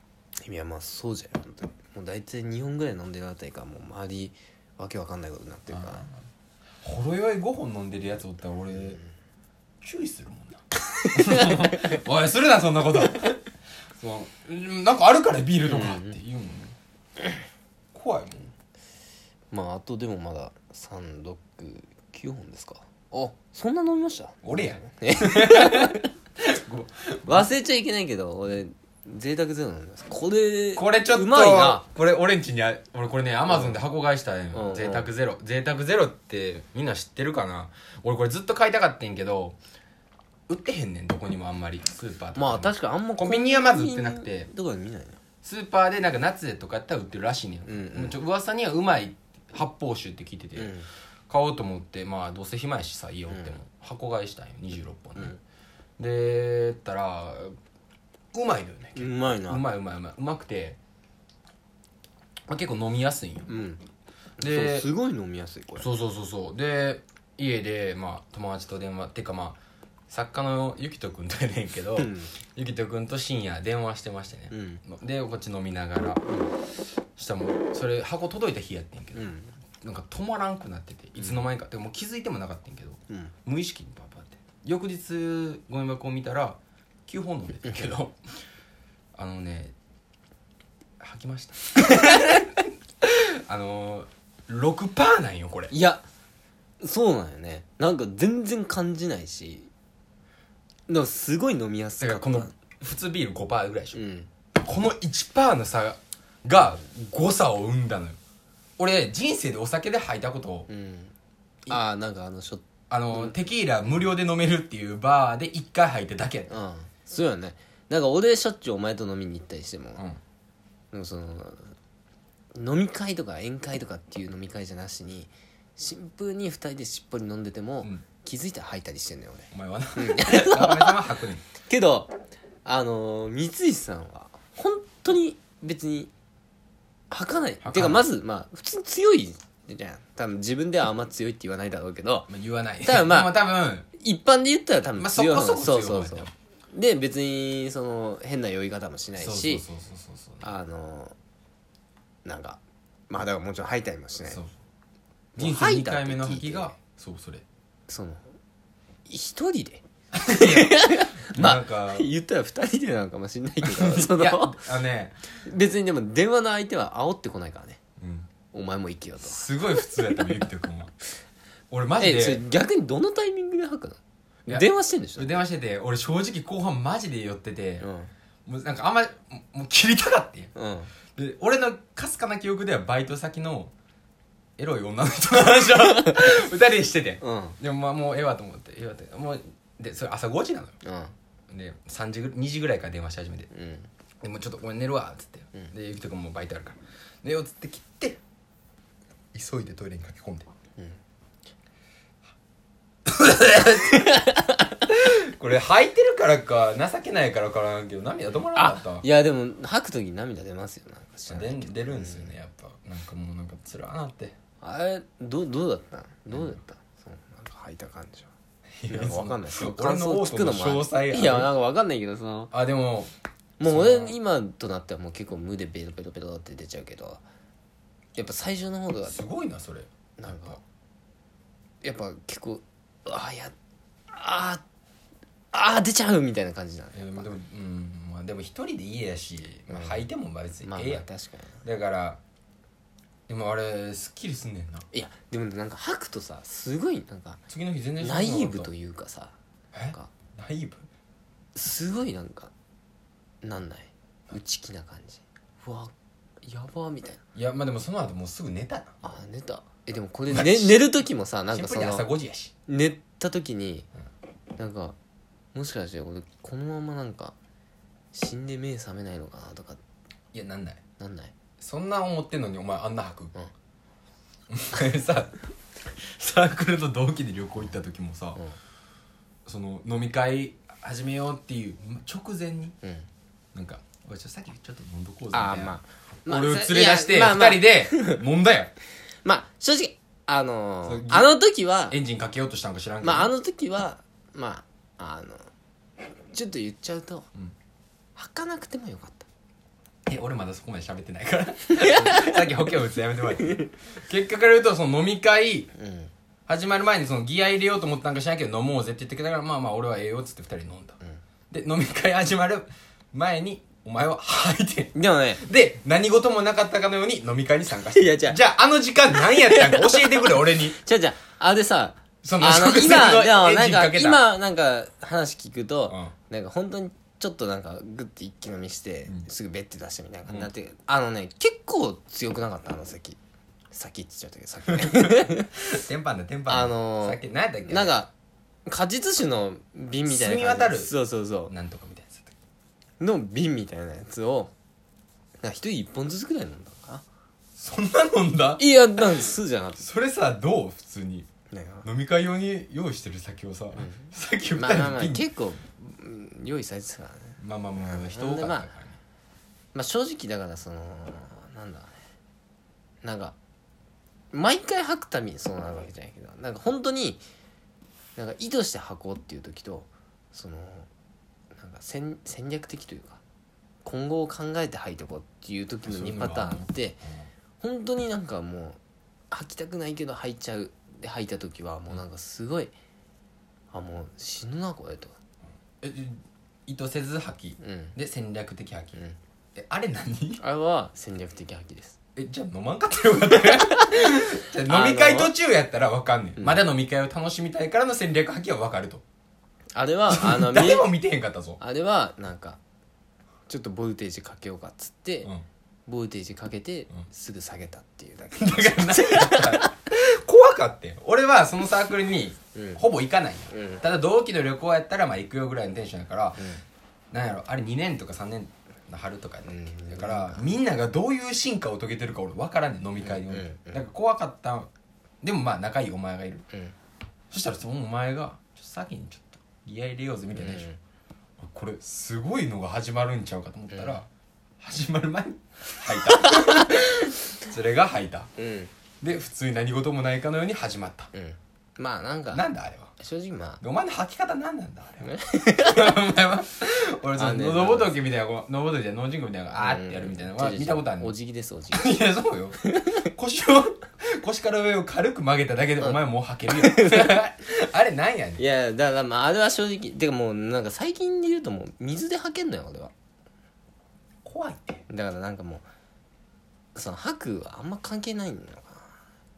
[SPEAKER 2] いやまあそうじゃん本当にもう大体2本ぐらい飲んでるあたりからもう周りわけわかんないことになってるから
[SPEAKER 1] ほろ酔い5本飲んでるやつおったら俺、 *laughs* 注意するもんなおいするなそんなこと
[SPEAKER 3] まあうんなんかあるからビールとかって言うもんね、怖いもん
[SPEAKER 2] まああとでもまだ369本ですかあそんな飲みました
[SPEAKER 3] 俺やん
[SPEAKER 2] 忘れちゃいけないけど俺贅沢ゼロ飲みますこれ
[SPEAKER 3] これちょっと
[SPEAKER 2] うまいな
[SPEAKER 1] これ俺んちにあ俺これねアマゾンで箱買いしたね、
[SPEAKER 2] うんうん
[SPEAKER 1] 贅沢ゼロ贅沢ゼロってみんな知ってるかな俺これずっと買いたかってんけど売ってへんねんどこにもあんまりスーパーとかに
[SPEAKER 2] まあ確かにあんま
[SPEAKER 1] コンビニはまず売ってなくて
[SPEAKER 2] どこで見ないな
[SPEAKER 1] スーパーでなんか夏でとかやったら売ってるらしいねん、
[SPEAKER 2] うんうん
[SPEAKER 1] ちょ噂にはうまい発泡酒って聞いてて、
[SPEAKER 2] うん
[SPEAKER 1] 買おうと思ってまあどうせ暇やしさ家おっても、
[SPEAKER 2] うん
[SPEAKER 1] 箱買いしたんよ26本ね、でやったらうまいのよね
[SPEAKER 2] うまいな
[SPEAKER 1] うまいうまいうまいうまくて、まあ、結構飲みやすいんよ
[SPEAKER 2] うん
[SPEAKER 1] で
[SPEAKER 2] そうすごい飲みやすいこれ
[SPEAKER 1] そうそうそうそうで家で、まあ、友達と電話っていうかまあ作家のゆきとくんとやねんけど、
[SPEAKER 2] うん
[SPEAKER 1] ゆきとくんと深夜電話してましてね、
[SPEAKER 2] うん
[SPEAKER 1] でこっち飲みながら、したらもうそれ箱届いた日やってんけど、
[SPEAKER 2] うん
[SPEAKER 1] なんか止まらんくなってていつの間にか、でも気づいてもなかったんやけど
[SPEAKER 2] うん
[SPEAKER 1] 無意識にパッパって翌日ゴミ箱を見たら9本飲んでたけどあのね吐きましたあの6パーなんよこれ
[SPEAKER 2] いやそうなんよねなんか全然感じないしでもすごい飲みやす
[SPEAKER 1] だか
[SPEAKER 2] からった
[SPEAKER 1] この普通ビール5パーぐらいでしょ、
[SPEAKER 2] うん
[SPEAKER 1] この1パーの差が誤差を生んだのよ俺人生でお酒で吐いたことを
[SPEAKER 2] うんああなんかあのショッ
[SPEAKER 1] あの、テキーラ無料で飲めるっていうバーで1回吐いただけやった
[SPEAKER 2] うんそうやねなんか俺しょっちゅうお前と飲みに行ったりしても、
[SPEAKER 1] うん
[SPEAKER 2] でもその飲み会とか宴会とかっていう飲み会じゃなしにシンプルに2人でしっぽり飲んでても、
[SPEAKER 1] ん
[SPEAKER 2] 気づいたら吐いたりしてんのよ俺
[SPEAKER 1] お前はな *laughs* お前様吐くねん
[SPEAKER 2] けどあのー三石さんは本当に別に吐かない
[SPEAKER 1] かない
[SPEAKER 2] てかまずまあ普通に強いじゃん多分自分ではあんま強いって言わないだろうけど
[SPEAKER 1] まあ言わない
[SPEAKER 2] ただまあ
[SPEAKER 1] でも多分
[SPEAKER 2] 一般で言ったら多分
[SPEAKER 1] まあ
[SPEAKER 2] 強い方、
[SPEAKER 1] そこそこ強い方
[SPEAKER 2] そうそ
[SPEAKER 1] だ
[SPEAKER 2] うそ
[SPEAKER 1] よ
[SPEAKER 2] うで別にその変な酔い方もしないし
[SPEAKER 1] そうそうそうそうそう
[SPEAKER 2] あのなんかまあだからもちろん吐いたりもしない
[SPEAKER 1] そう
[SPEAKER 2] そ
[SPEAKER 1] 人生2回目の吐きがそう
[SPEAKER 2] *laughs*
[SPEAKER 1] それ
[SPEAKER 2] の一人でまあ
[SPEAKER 1] なんかい
[SPEAKER 2] *laughs* 言ったら二人でなのかもしれない
[SPEAKER 1] *laughs*
[SPEAKER 2] けどそ
[SPEAKER 1] や
[SPEAKER 2] の
[SPEAKER 1] あのね
[SPEAKER 2] 別にでも電話の相手は煽ってこないからね
[SPEAKER 1] うん
[SPEAKER 2] お前も生きようと
[SPEAKER 1] すごい普通やったのゆきとくんは俺マジ
[SPEAKER 2] えそ
[SPEAKER 1] で
[SPEAKER 2] れ逆にどのタイミングで吐く
[SPEAKER 1] い
[SPEAKER 2] の
[SPEAKER 1] や
[SPEAKER 2] 電話してんでしょ
[SPEAKER 1] 電話してて俺正直後半マジで酔ってて
[SPEAKER 2] うん
[SPEAKER 1] もうなんかあんまもう切りたかってん
[SPEAKER 2] うん
[SPEAKER 1] で俺のかすかな記憶ではバイト先のエロい女の人の話を二人でしてて、
[SPEAKER 2] うん
[SPEAKER 1] でもまあもうええわと思ってええわってもうでそれ朝5時なのよ
[SPEAKER 2] うん
[SPEAKER 1] で3時ぐ2時ぐらいから電話し始めて
[SPEAKER 2] うん
[SPEAKER 1] でもうちょっと俺寝るわっつって、でゆきとくんもバイトあるから寝ようっつって切って急いでトイレに駆け込んで、 *laughs* これ吐いてるからか情けないからかなんけど涙止まらなかった
[SPEAKER 2] いやでも吐く時涙出ますよなんか知らん
[SPEAKER 1] 出ん出るんですよねやっぱなんかもうなんかつらーなって
[SPEAKER 2] あれどどうだったどうだったそうなんか吐いた感じはなんかわかんないその
[SPEAKER 1] 俺
[SPEAKER 2] 感
[SPEAKER 1] の
[SPEAKER 2] 想
[SPEAKER 1] オ
[SPEAKER 2] 聞
[SPEAKER 1] ー
[SPEAKER 2] く
[SPEAKER 1] ト
[SPEAKER 2] の
[SPEAKER 1] の
[SPEAKER 2] もある
[SPEAKER 1] 詳細
[SPEAKER 2] いやなんかわかんないけどその
[SPEAKER 1] あでも
[SPEAKER 2] もう俺今となってはもう結構無でベロベロベロって出ちゃうけどやっぱ最初の方が
[SPEAKER 1] すごいなそれ
[SPEAKER 2] なんかやっぱ結構うわあやあーあー出ちゃうみたいな感じなの
[SPEAKER 1] いやでもでもうんまあでも一人で家やし、まあ、履いても別に
[SPEAKER 2] まあまあ
[SPEAKER 1] ええやん、
[SPEAKER 2] 確か
[SPEAKER 1] だからでもあれすっきりすんねんな
[SPEAKER 2] にいやでもなんか吐くとさすごいなんか
[SPEAKER 1] 次の日全然
[SPEAKER 2] ナイーブと
[SPEAKER 1] いう
[SPEAKER 2] いうかさなん
[SPEAKER 1] え
[SPEAKER 2] か
[SPEAKER 1] ナイーブ
[SPEAKER 2] すごいなんかなんない内気な感じうわやばみたいない
[SPEAKER 1] やまあでもその後もうすぐ寝たな
[SPEAKER 2] あー寝たえでもこれ、ね、寝る時もさなん
[SPEAKER 1] シン
[SPEAKER 2] か
[SPEAKER 1] プ
[SPEAKER 2] そ
[SPEAKER 1] ルに
[SPEAKER 2] の
[SPEAKER 1] 朝5時やし
[SPEAKER 2] 寝た時になんかもしかして俺このままなんか死んで目覚めないのかなとか
[SPEAKER 1] いやなんない
[SPEAKER 2] なんない
[SPEAKER 1] そんな思ってんのにお前あんな吐く、お前さサークルと同期で旅行行った時もさ、
[SPEAKER 2] うん
[SPEAKER 1] その飲み会始めようっていう直前に
[SPEAKER 2] うん
[SPEAKER 1] なんか「おいちょっとさっきちょっと飲んどこうぜ」み
[SPEAKER 2] あ
[SPEAKER 1] た
[SPEAKER 2] あ
[SPEAKER 1] い
[SPEAKER 2] ま
[SPEAKER 1] な
[SPEAKER 2] あ
[SPEAKER 1] 俺を連れ出して
[SPEAKER 2] いやまあまあ
[SPEAKER 1] 2人で飲んだよ
[SPEAKER 2] まあ正直あの
[SPEAKER 1] そう
[SPEAKER 2] ーあの時は
[SPEAKER 1] エンジンかけようとしたんか知らんけど
[SPEAKER 2] まああの時はまああのちょっと言っちゃうと、
[SPEAKER 1] ん
[SPEAKER 2] 吐かなくてもよかった
[SPEAKER 1] え俺まだそこまで喋ってないから *laughs* さっき保険打つのやめてもらって結果から言うとその飲み会
[SPEAKER 2] うん
[SPEAKER 1] 始まる前にそのギア入れようと思ったんか知らんけど飲もうぜって言ってきたからまあまあ俺はええよっつって2人飲んだ、で飲み会始まる前にお前は吐いてん
[SPEAKER 2] でもね
[SPEAKER 1] で何事もなかったかのように飲み会に参加して
[SPEAKER 2] いやじゃあ
[SPEAKER 1] じゃああの時間何やったんか教えてくれ俺に
[SPEAKER 2] じゃあじゃああれさ
[SPEAKER 1] その
[SPEAKER 2] あの
[SPEAKER 1] 食材
[SPEAKER 2] 今
[SPEAKER 1] の
[SPEAKER 2] でも
[SPEAKER 1] エ
[SPEAKER 2] な
[SPEAKER 1] ンジン
[SPEAKER 2] んか
[SPEAKER 1] かけた
[SPEAKER 2] 今なんか話聞くと、なんか本当にちょっとなんかグッて一気飲みして、
[SPEAKER 3] うん
[SPEAKER 2] すぐベッて出してみたいな、なってあのね結構強くなかったあの先先って言っちゃったけど先
[SPEAKER 1] テンパンだテンパンだ
[SPEAKER 2] あの
[SPEAKER 1] さっき何やったっけ
[SPEAKER 2] なんか果実酒の瓶みたいな
[SPEAKER 1] 澄み渡る
[SPEAKER 2] そうそうそ
[SPEAKER 1] なんとかみたいなやつだっ
[SPEAKER 2] うの瓶みたいなやつをなんか一人一本ずつぐらい飲んだのかな
[SPEAKER 3] そんな飲んだ
[SPEAKER 2] いやなんか酢じゃなくて
[SPEAKER 3] それさどう普通に
[SPEAKER 2] なんか
[SPEAKER 3] 飲み会用に用意してる酒をさ、さっき言っ
[SPEAKER 2] まあ
[SPEAKER 3] た
[SPEAKER 2] まあまあ
[SPEAKER 3] にピン
[SPEAKER 2] 結構うん用意されてたからね
[SPEAKER 3] まあまあまあまあ人多かったからね
[SPEAKER 2] まあ正直だからそのなんだろうねなんか毎回吐くたびにそうなるわけじゃないけどなんか本当になんか意図して吐こうっていう時とそのなんか戦戦略的というか今後を考えて吐いてこうっていう時の
[SPEAKER 3] そういう
[SPEAKER 2] 2
[SPEAKER 3] の
[SPEAKER 2] パ
[SPEAKER 3] が
[SPEAKER 2] ターンあって本当になんかもう吐きたくないけど吐いちゃうで吐いた時はもうなんかすごいあもう死ぬなこれと
[SPEAKER 1] え意図せず吐き
[SPEAKER 2] うん
[SPEAKER 1] で戦略的吐き
[SPEAKER 2] うん
[SPEAKER 1] えあれ何 *laughs*
[SPEAKER 2] あれは戦略的吐きです
[SPEAKER 1] えじゃあ飲まんかったらよかった *laughs* ねじゃあ飲み会途中やったらわかんねん
[SPEAKER 2] うん
[SPEAKER 1] まだ飲み会を楽しみたいからの戦略吐きはわかると
[SPEAKER 2] あれはあ *laughs* の
[SPEAKER 1] 誰も見てへんかったぞ
[SPEAKER 2] あれはなんかちょっとボルテージかけようかっつって、
[SPEAKER 3] うん
[SPEAKER 2] ボルテージかけて
[SPEAKER 3] ん
[SPEAKER 2] すぐ下げたっていうだけ、
[SPEAKER 1] だから何やったら怖かってん俺はそのサークルに
[SPEAKER 2] うん
[SPEAKER 1] ほぼ行かないよ
[SPEAKER 2] うん
[SPEAKER 1] ただ同期の旅行やったらまあ行くよぐらいのテンションやから、なんやろあれ2年とか3年の春とかやったっけ、
[SPEAKER 2] うん
[SPEAKER 1] だからみんながどういう進化を遂げてるか俺分からんねん飲み会に、
[SPEAKER 2] うんうんうん
[SPEAKER 1] なんか怖かったんでもまあ仲いいお前がいる
[SPEAKER 2] うん
[SPEAKER 1] そしたらそのお前が「ちょっと先にちょっとギア入れようぜ」みたいなでしょ、これすごいのが始まるんちゃうかと思ったら、
[SPEAKER 2] うん
[SPEAKER 1] 始まる前に吐いたそれが吐いた
[SPEAKER 2] うんうん、
[SPEAKER 1] で普通に何事もないかのように始まった
[SPEAKER 2] うん、まあなんか
[SPEAKER 1] なんだあれは
[SPEAKER 2] 正直まあ
[SPEAKER 1] でお前の吐き方何なんだあれ
[SPEAKER 2] ね
[SPEAKER 1] はお前は俺そ
[SPEAKER 2] あね
[SPEAKER 1] の喉仏みたいなこう喉仏じゃ脳人工みたいなあーってやるみたいなのは
[SPEAKER 2] うん
[SPEAKER 1] 見たことある
[SPEAKER 2] お
[SPEAKER 1] の
[SPEAKER 2] 辞儀ですお辞
[SPEAKER 1] いやそうよ腰を腰から上を軽く曲げただけでお前もう吐けるよ
[SPEAKER 2] *laughs*
[SPEAKER 1] あれなんやねん
[SPEAKER 2] 儀いやだからまああれは正直てかもうなんか最近で言うともう水で吐けんのよ俺は
[SPEAKER 1] 怖いって
[SPEAKER 2] だからなんかもうその吐くはあんま関係ないんだよ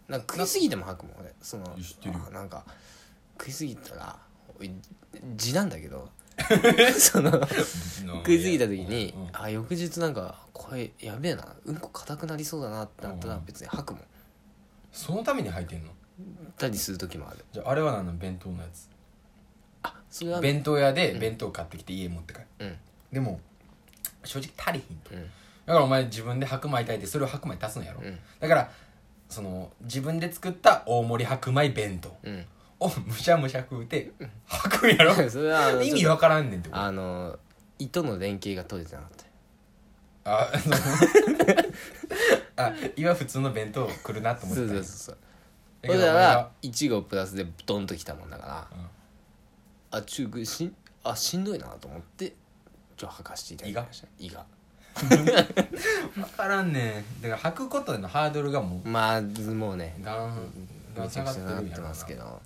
[SPEAKER 2] ななんか食いすぎても吐くもん俺その
[SPEAKER 3] 知ってるよ
[SPEAKER 2] あなんか食いすぎたらおい地なんだけ
[SPEAKER 1] *laughs*
[SPEAKER 2] どその食いすぎた時に、
[SPEAKER 3] うん
[SPEAKER 2] あ翌日なんか声やべえなうんこ硬くなりそうだなってなった
[SPEAKER 3] う
[SPEAKER 2] ら
[SPEAKER 3] ん
[SPEAKER 2] 別に吐くもん
[SPEAKER 1] そのために吐いてんの
[SPEAKER 2] たりする時もある
[SPEAKER 1] じゃああれは何なの弁当のやつ
[SPEAKER 2] あそれは
[SPEAKER 1] 弁当屋で弁当買ってきて家持って帰る、
[SPEAKER 2] うん
[SPEAKER 1] でも正直足りひんと、
[SPEAKER 2] うん
[SPEAKER 1] だからお前自分で白米炊いてそれを白米足すのやろ、
[SPEAKER 2] うん
[SPEAKER 1] だからその自分で作った大盛り白米弁当
[SPEAKER 2] うん
[SPEAKER 1] をむしゃむしゃ食うて吐くん
[SPEAKER 2] *laughs*
[SPEAKER 1] やろ
[SPEAKER 2] それはあの
[SPEAKER 1] 意味
[SPEAKER 2] ちょっ
[SPEAKER 1] わからんねんって
[SPEAKER 2] と
[SPEAKER 1] こと
[SPEAKER 2] あの糸の連携が取れてなかった
[SPEAKER 1] あその *laughs* あ今普通の弁当来るなと思っ
[SPEAKER 2] そう
[SPEAKER 1] てた
[SPEAKER 2] そ
[SPEAKER 1] ん
[SPEAKER 2] うそ
[SPEAKER 1] やだ
[SPEAKER 2] うそうほ
[SPEAKER 1] け
[SPEAKER 2] ん
[SPEAKER 1] ど
[SPEAKER 2] だ
[SPEAKER 1] 俺は
[SPEAKER 2] ら1号プラスでドンときたもんだから、
[SPEAKER 1] うん
[SPEAKER 2] あ中ぐしんあしんどいなと思ってちょっと吐かしていただきました胃が
[SPEAKER 1] わからんねんだから吐くことのハードルがも
[SPEAKER 2] まあもうね
[SPEAKER 1] うガンガ
[SPEAKER 2] め
[SPEAKER 1] ン
[SPEAKER 2] ち
[SPEAKER 1] 下
[SPEAKER 2] ゃ
[SPEAKER 1] が
[SPEAKER 2] く
[SPEAKER 1] っ
[SPEAKER 2] ち
[SPEAKER 1] てる
[SPEAKER 2] ゃなっ
[SPEAKER 1] んや
[SPEAKER 2] て
[SPEAKER 1] ろな
[SPEAKER 2] ますけど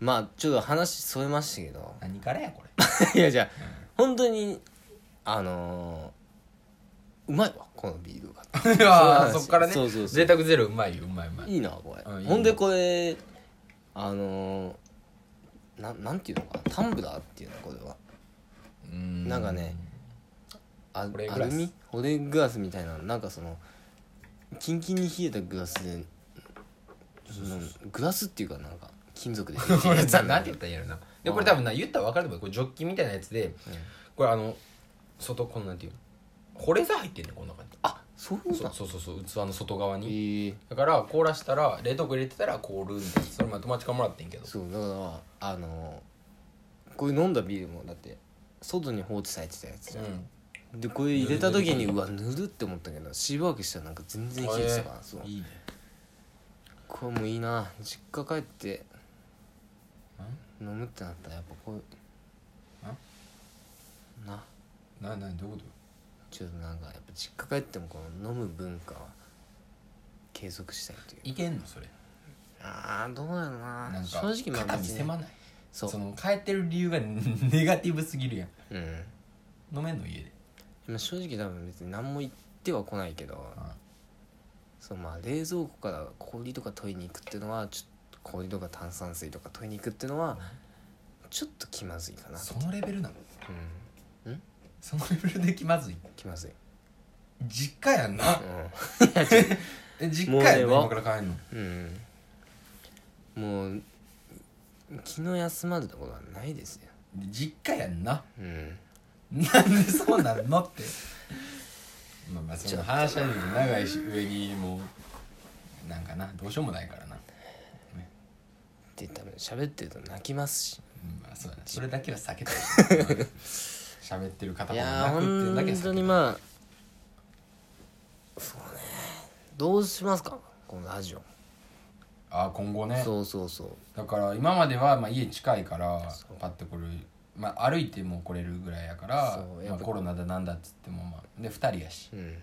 [SPEAKER 2] まあちょっと話それましたけど
[SPEAKER 1] 何からやこれ
[SPEAKER 2] *laughs* いやじゃあ本当にあのーうまいわこのビールが
[SPEAKER 1] いやー
[SPEAKER 2] そう
[SPEAKER 1] そっからね
[SPEAKER 2] そうそうそう
[SPEAKER 1] 贅沢ゼロうまいようまいうまい
[SPEAKER 2] いいなこれ、
[SPEAKER 1] うんいいね
[SPEAKER 2] ほんでこれあのー、ななんていうのかなタンブラーっていうのこれは
[SPEAKER 1] うん
[SPEAKER 2] なんかねあ
[SPEAKER 1] 保冷
[SPEAKER 2] ア
[SPEAKER 1] グラ
[SPEAKER 2] ル
[SPEAKER 1] ス
[SPEAKER 2] ミ保冷グラスみたいななんかそのキンキンに冷えたグラスでうんグラスっていうかなんか金
[SPEAKER 1] *laughs*
[SPEAKER 2] 属で
[SPEAKER 1] これさなんて言ったらいいんやろなでこれ多分な言ったら分かると思うこれジョッキみたいなやつでこれあの外こんなんていうの保冷剤入ってんねんこんな感じ
[SPEAKER 2] あそうなん
[SPEAKER 1] そそうそうそう器の外側
[SPEAKER 2] え
[SPEAKER 1] に
[SPEAKER 2] ー、
[SPEAKER 1] だから凍らしたら冷凍庫入れてたら凍るみたいなそれまあ友達からもらってんけど
[SPEAKER 2] そうだからあのこういう飲んだビールもだって外に放置されてたやつじゃん、
[SPEAKER 1] う
[SPEAKER 2] でこれ入れた時にうわぬるって思ったけどしばらくしたらなんか全然
[SPEAKER 1] ん
[SPEAKER 2] 冷えてたから、そう
[SPEAKER 1] いいね
[SPEAKER 2] これもいいな実家帰って飲むってなったらやっぱこういうんな
[SPEAKER 1] ななどういうこ
[SPEAKER 2] ちょっとなんかやっぱ実家帰ってもこの飲む文化は継続したいという
[SPEAKER 1] といけんのそれ
[SPEAKER 2] ああどうやろな
[SPEAKER 1] なんか
[SPEAKER 2] 正直ま
[SPEAKER 1] 肩
[SPEAKER 2] あ
[SPEAKER 1] 身
[SPEAKER 2] 別に
[SPEAKER 1] 狭ない
[SPEAKER 2] そう
[SPEAKER 1] *laughs* その変えてる理由がネガティブすぎるやん
[SPEAKER 2] うん
[SPEAKER 1] 飲めんの家で
[SPEAKER 2] まあ正直多分別に何も言っては来ないけど、
[SPEAKER 1] うん
[SPEAKER 2] そうまあ冷蔵庫から氷とか取りに行くっていうのはちょっと氷とか炭酸水とか取りに行くっていうのはちょっと気まずいかな
[SPEAKER 1] そのレベルなの
[SPEAKER 2] うん
[SPEAKER 1] そのレベルで気まずい
[SPEAKER 2] 気まずい、
[SPEAKER 1] 実家やんな
[SPEAKER 2] う
[SPEAKER 1] え実家やんな
[SPEAKER 2] も
[SPEAKER 1] 今
[SPEAKER 2] うね
[SPEAKER 1] から帰んの
[SPEAKER 2] ん、うん、もう気の休まるところはないですよ
[SPEAKER 1] 実家やんな
[SPEAKER 2] うん
[SPEAKER 1] なんでそうなるのって *laughs* まあまあその話は長いし上にもうなんかなどうしようもないからな、
[SPEAKER 2] で多分喋ってると泣きますし
[SPEAKER 1] うんまあそうだなそれだけは避け
[SPEAKER 2] *laughs*
[SPEAKER 1] たい喋ってる方
[SPEAKER 2] い
[SPEAKER 1] も
[SPEAKER 2] や
[SPEAKER 1] なくっていうだけは
[SPEAKER 2] ー本
[SPEAKER 1] 避け
[SPEAKER 2] 当
[SPEAKER 1] た
[SPEAKER 2] に
[SPEAKER 1] い
[SPEAKER 2] まあそうねどうしますかこのラジオ
[SPEAKER 1] あー今後ね
[SPEAKER 2] そうそうそう
[SPEAKER 1] だから今まではまあ家近いから
[SPEAKER 2] そう
[SPEAKER 1] パッとこれ、まあ、歩いても来れるぐらいやから
[SPEAKER 2] そうや
[SPEAKER 1] ま
[SPEAKER 2] っ
[SPEAKER 1] あ、
[SPEAKER 2] ぱ
[SPEAKER 1] コロナだなんだっつってもまあで2人やし、
[SPEAKER 2] うん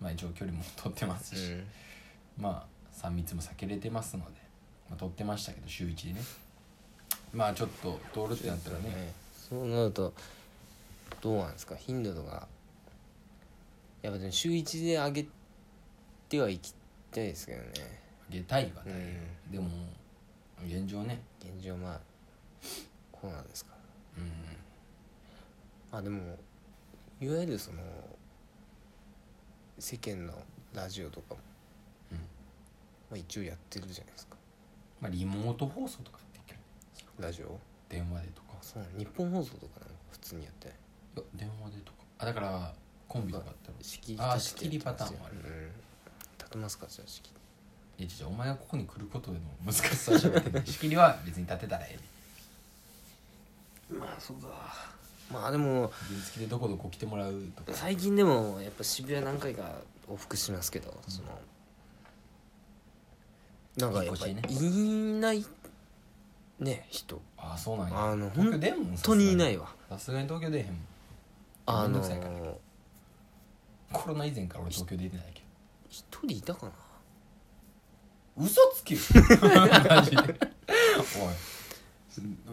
[SPEAKER 1] まあ、一応距離も取ってますし、まあ3密も避けれてますので、まあ、取ってましたけど週1でねまあちょっと通るってなったらね
[SPEAKER 2] ねそうなるとどうなんですか頻度とかやっぱでも週1で上げてはいきたいですけどね
[SPEAKER 1] 下体は
[SPEAKER 2] う
[SPEAKER 1] ね、
[SPEAKER 2] ん
[SPEAKER 1] でも現状ね
[SPEAKER 2] 現状まあこうなんですか
[SPEAKER 1] うん
[SPEAKER 2] まあでもいわゆるその世間のラジオとかも、
[SPEAKER 1] うん
[SPEAKER 2] まあ、一応やってるじゃないですか
[SPEAKER 1] まあリモート放送とかやってる
[SPEAKER 2] ラジオ
[SPEAKER 1] けど電話でとか
[SPEAKER 2] あそうなの日本放送とかなんか普通にやってない
[SPEAKER 1] いや電話でとかあだからコンビとかあったら
[SPEAKER 2] 仕切り
[SPEAKER 1] あー
[SPEAKER 2] 立ててやってます
[SPEAKER 1] 仕切りパター
[SPEAKER 2] よ
[SPEAKER 1] ンもある
[SPEAKER 2] うん立てますかじゃあ仕切り
[SPEAKER 1] いやちょお前がここに来ることでの難しさを喋ってね
[SPEAKER 2] *laughs*
[SPEAKER 1] 仕切りは別に立てたらええね
[SPEAKER 2] まあそうだまあでも
[SPEAKER 1] 原付でどこどこ来てもらうとか
[SPEAKER 2] 最近でもやっぱ渋谷何回か往復しますけど、そのなんかやっぱ
[SPEAKER 1] いい
[SPEAKER 2] り
[SPEAKER 1] 子し
[SPEAKER 2] いないね人
[SPEAKER 1] ああそうなんや
[SPEAKER 2] あの
[SPEAKER 1] 東京
[SPEAKER 2] 本
[SPEAKER 1] 出んもん
[SPEAKER 2] 当にいないいわ
[SPEAKER 1] さすがに東京出えへんもん
[SPEAKER 2] あ
[SPEAKER 1] めんど
[SPEAKER 2] の
[SPEAKER 1] くさいからコロナ以前から俺東京出てないけ
[SPEAKER 2] 一人いたかな
[SPEAKER 1] ど嘘つきよ *laughs* マジでおい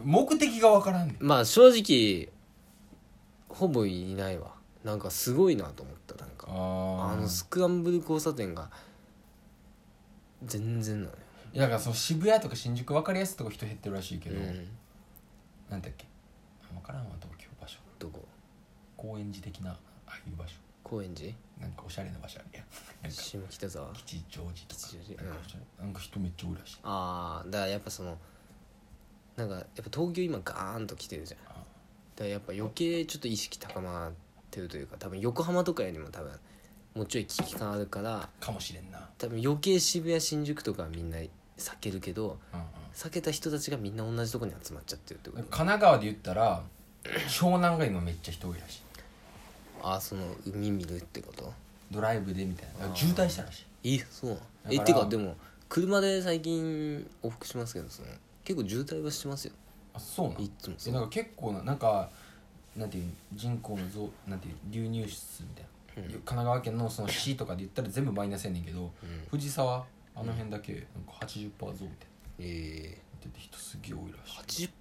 [SPEAKER 1] 目的がわからんねん
[SPEAKER 2] まあ正直ほぼいないわなんかすごいなと思ったなんか
[SPEAKER 1] あ
[SPEAKER 2] あのスクランブル交差点が全然なのよ、
[SPEAKER 1] いやだからその渋谷とか新宿分かりやすいとこ人減ってるらしいけど、
[SPEAKER 2] うん、
[SPEAKER 1] なんだっけ分からんわ東京場所
[SPEAKER 2] どこ
[SPEAKER 1] 高円寺的なああいう場所
[SPEAKER 2] 高円寺
[SPEAKER 1] なんかおしゃれな場所あるやんなんか
[SPEAKER 2] 下北沢
[SPEAKER 1] 吉祥寺とか
[SPEAKER 2] 吉祥寺
[SPEAKER 1] なんかおしゃれなんか人めっちゃ多いらしい
[SPEAKER 2] ああだからやっぱそのなんかやっぱ東京今ガーンと来てるじゃんだ
[SPEAKER 1] あ
[SPEAKER 2] からやっぱ余計ちょっと意識高まってるというか多分横浜とかよりも多分もうちょい危機感あるから
[SPEAKER 1] かもしれんな
[SPEAKER 2] 多分余計渋谷新宿とかはみんな避けるけど
[SPEAKER 1] うんうん
[SPEAKER 2] 避けた人たちがみんな同じとこに集まっちゃってるってこ
[SPEAKER 1] 神
[SPEAKER 2] と
[SPEAKER 1] 奈川で言ったら湘南が今めっちゃ人多いらしい
[SPEAKER 2] ああその海見るってこと
[SPEAKER 1] ドライブでみたいな渋滞したらしい
[SPEAKER 2] えそうなの
[SPEAKER 1] だ
[SPEAKER 2] え
[SPEAKER 1] から
[SPEAKER 2] てかでも車で最近往復しますけどその結構渋滞はしてますよ
[SPEAKER 1] あそうなん
[SPEAKER 2] いっつもそ
[SPEAKER 1] え
[SPEAKER 2] う
[SPEAKER 1] なんか結構ななんかなんていう人口の増なんていう流入室みたいな、神奈川県のその市とかで言ったら全部マイナスやねんけど、藤沢あの辺だけなんか80%増みたいな
[SPEAKER 2] ええ
[SPEAKER 1] 言ってて人すげえ多いらしい
[SPEAKER 2] 80%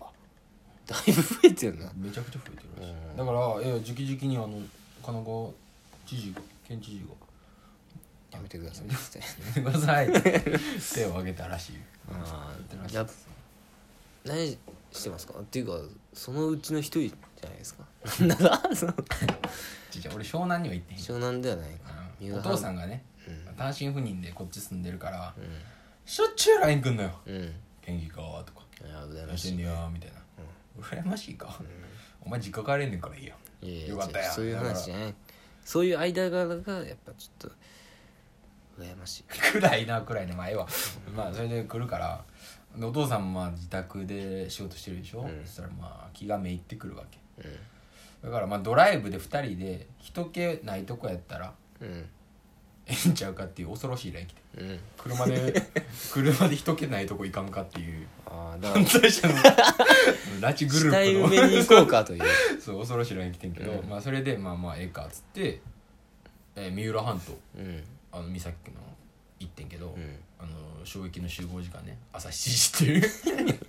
[SPEAKER 2] だいぶ増えてるな
[SPEAKER 1] めちゃくちゃ増えてるらしい、だからいや直々にあの神奈川知事が県知事が
[SPEAKER 2] やめてくださいって
[SPEAKER 1] やめてくださいって手を挙げたらしい
[SPEAKER 2] あ
[SPEAKER 1] 言ってらしい
[SPEAKER 2] や何してますかっていうかそのうちの一人じゃないですかなんだかその
[SPEAKER 1] ちっちゃい俺湘南には行ってへん
[SPEAKER 2] 湘南ではないか
[SPEAKER 1] う
[SPEAKER 2] 三
[SPEAKER 1] ん
[SPEAKER 2] 浦
[SPEAKER 1] お
[SPEAKER 2] 半
[SPEAKER 1] 父さんがね、
[SPEAKER 2] うん
[SPEAKER 1] 単身赴任でこっち住んでるから、しょっちゅう LINE くんのよ
[SPEAKER 2] うんい
[SPEAKER 1] 「元気か?」とか
[SPEAKER 2] や
[SPEAKER 1] 「
[SPEAKER 2] 羨ま
[SPEAKER 1] 何し
[SPEAKER 2] してい
[SPEAKER 1] んねや」みたいな「羨ましいか、お前実家帰れんねんからいいよ」
[SPEAKER 2] いやい
[SPEAKER 1] よかった
[SPEAKER 2] や
[SPEAKER 1] よ
[SPEAKER 2] そういう話じゃないそういう間柄がやっぱちょっと羨ましい
[SPEAKER 1] *laughs* 暗いな暗いねまあええわまあそれで来るからでお父さんもまあ自宅で仕事してるでしょ、
[SPEAKER 2] うん
[SPEAKER 1] そしたらまあ気がめいってくるわけ
[SPEAKER 2] う
[SPEAKER 1] だからまあドライブで2人で人気ないとこやったら
[SPEAKER 2] んうん
[SPEAKER 1] ええんちゃうかっていう恐ろしいライン来て
[SPEAKER 2] うん
[SPEAKER 1] 車
[SPEAKER 2] *laughs*
[SPEAKER 1] で車で人気ないとこ行かんかっていう
[SPEAKER 2] ああだか
[SPEAKER 1] 犯
[SPEAKER 2] ら
[SPEAKER 1] 罪者の拉致グ
[SPEAKER 2] 死
[SPEAKER 1] ル
[SPEAKER 2] 体
[SPEAKER 1] ー
[SPEAKER 2] 埋
[SPEAKER 1] プ
[SPEAKER 2] めに行こうかという
[SPEAKER 1] のそう恐ろしいライン来てんけど、まあそれでまあまあええかっつって、えー三浦半島
[SPEAKER 2] うん
[SPEAKER 1] あの三崎の行ってんけど、
[SPEAKER 2] ん
[SPEAKER 1] あの衝撃の集合時間ね朝7時っていう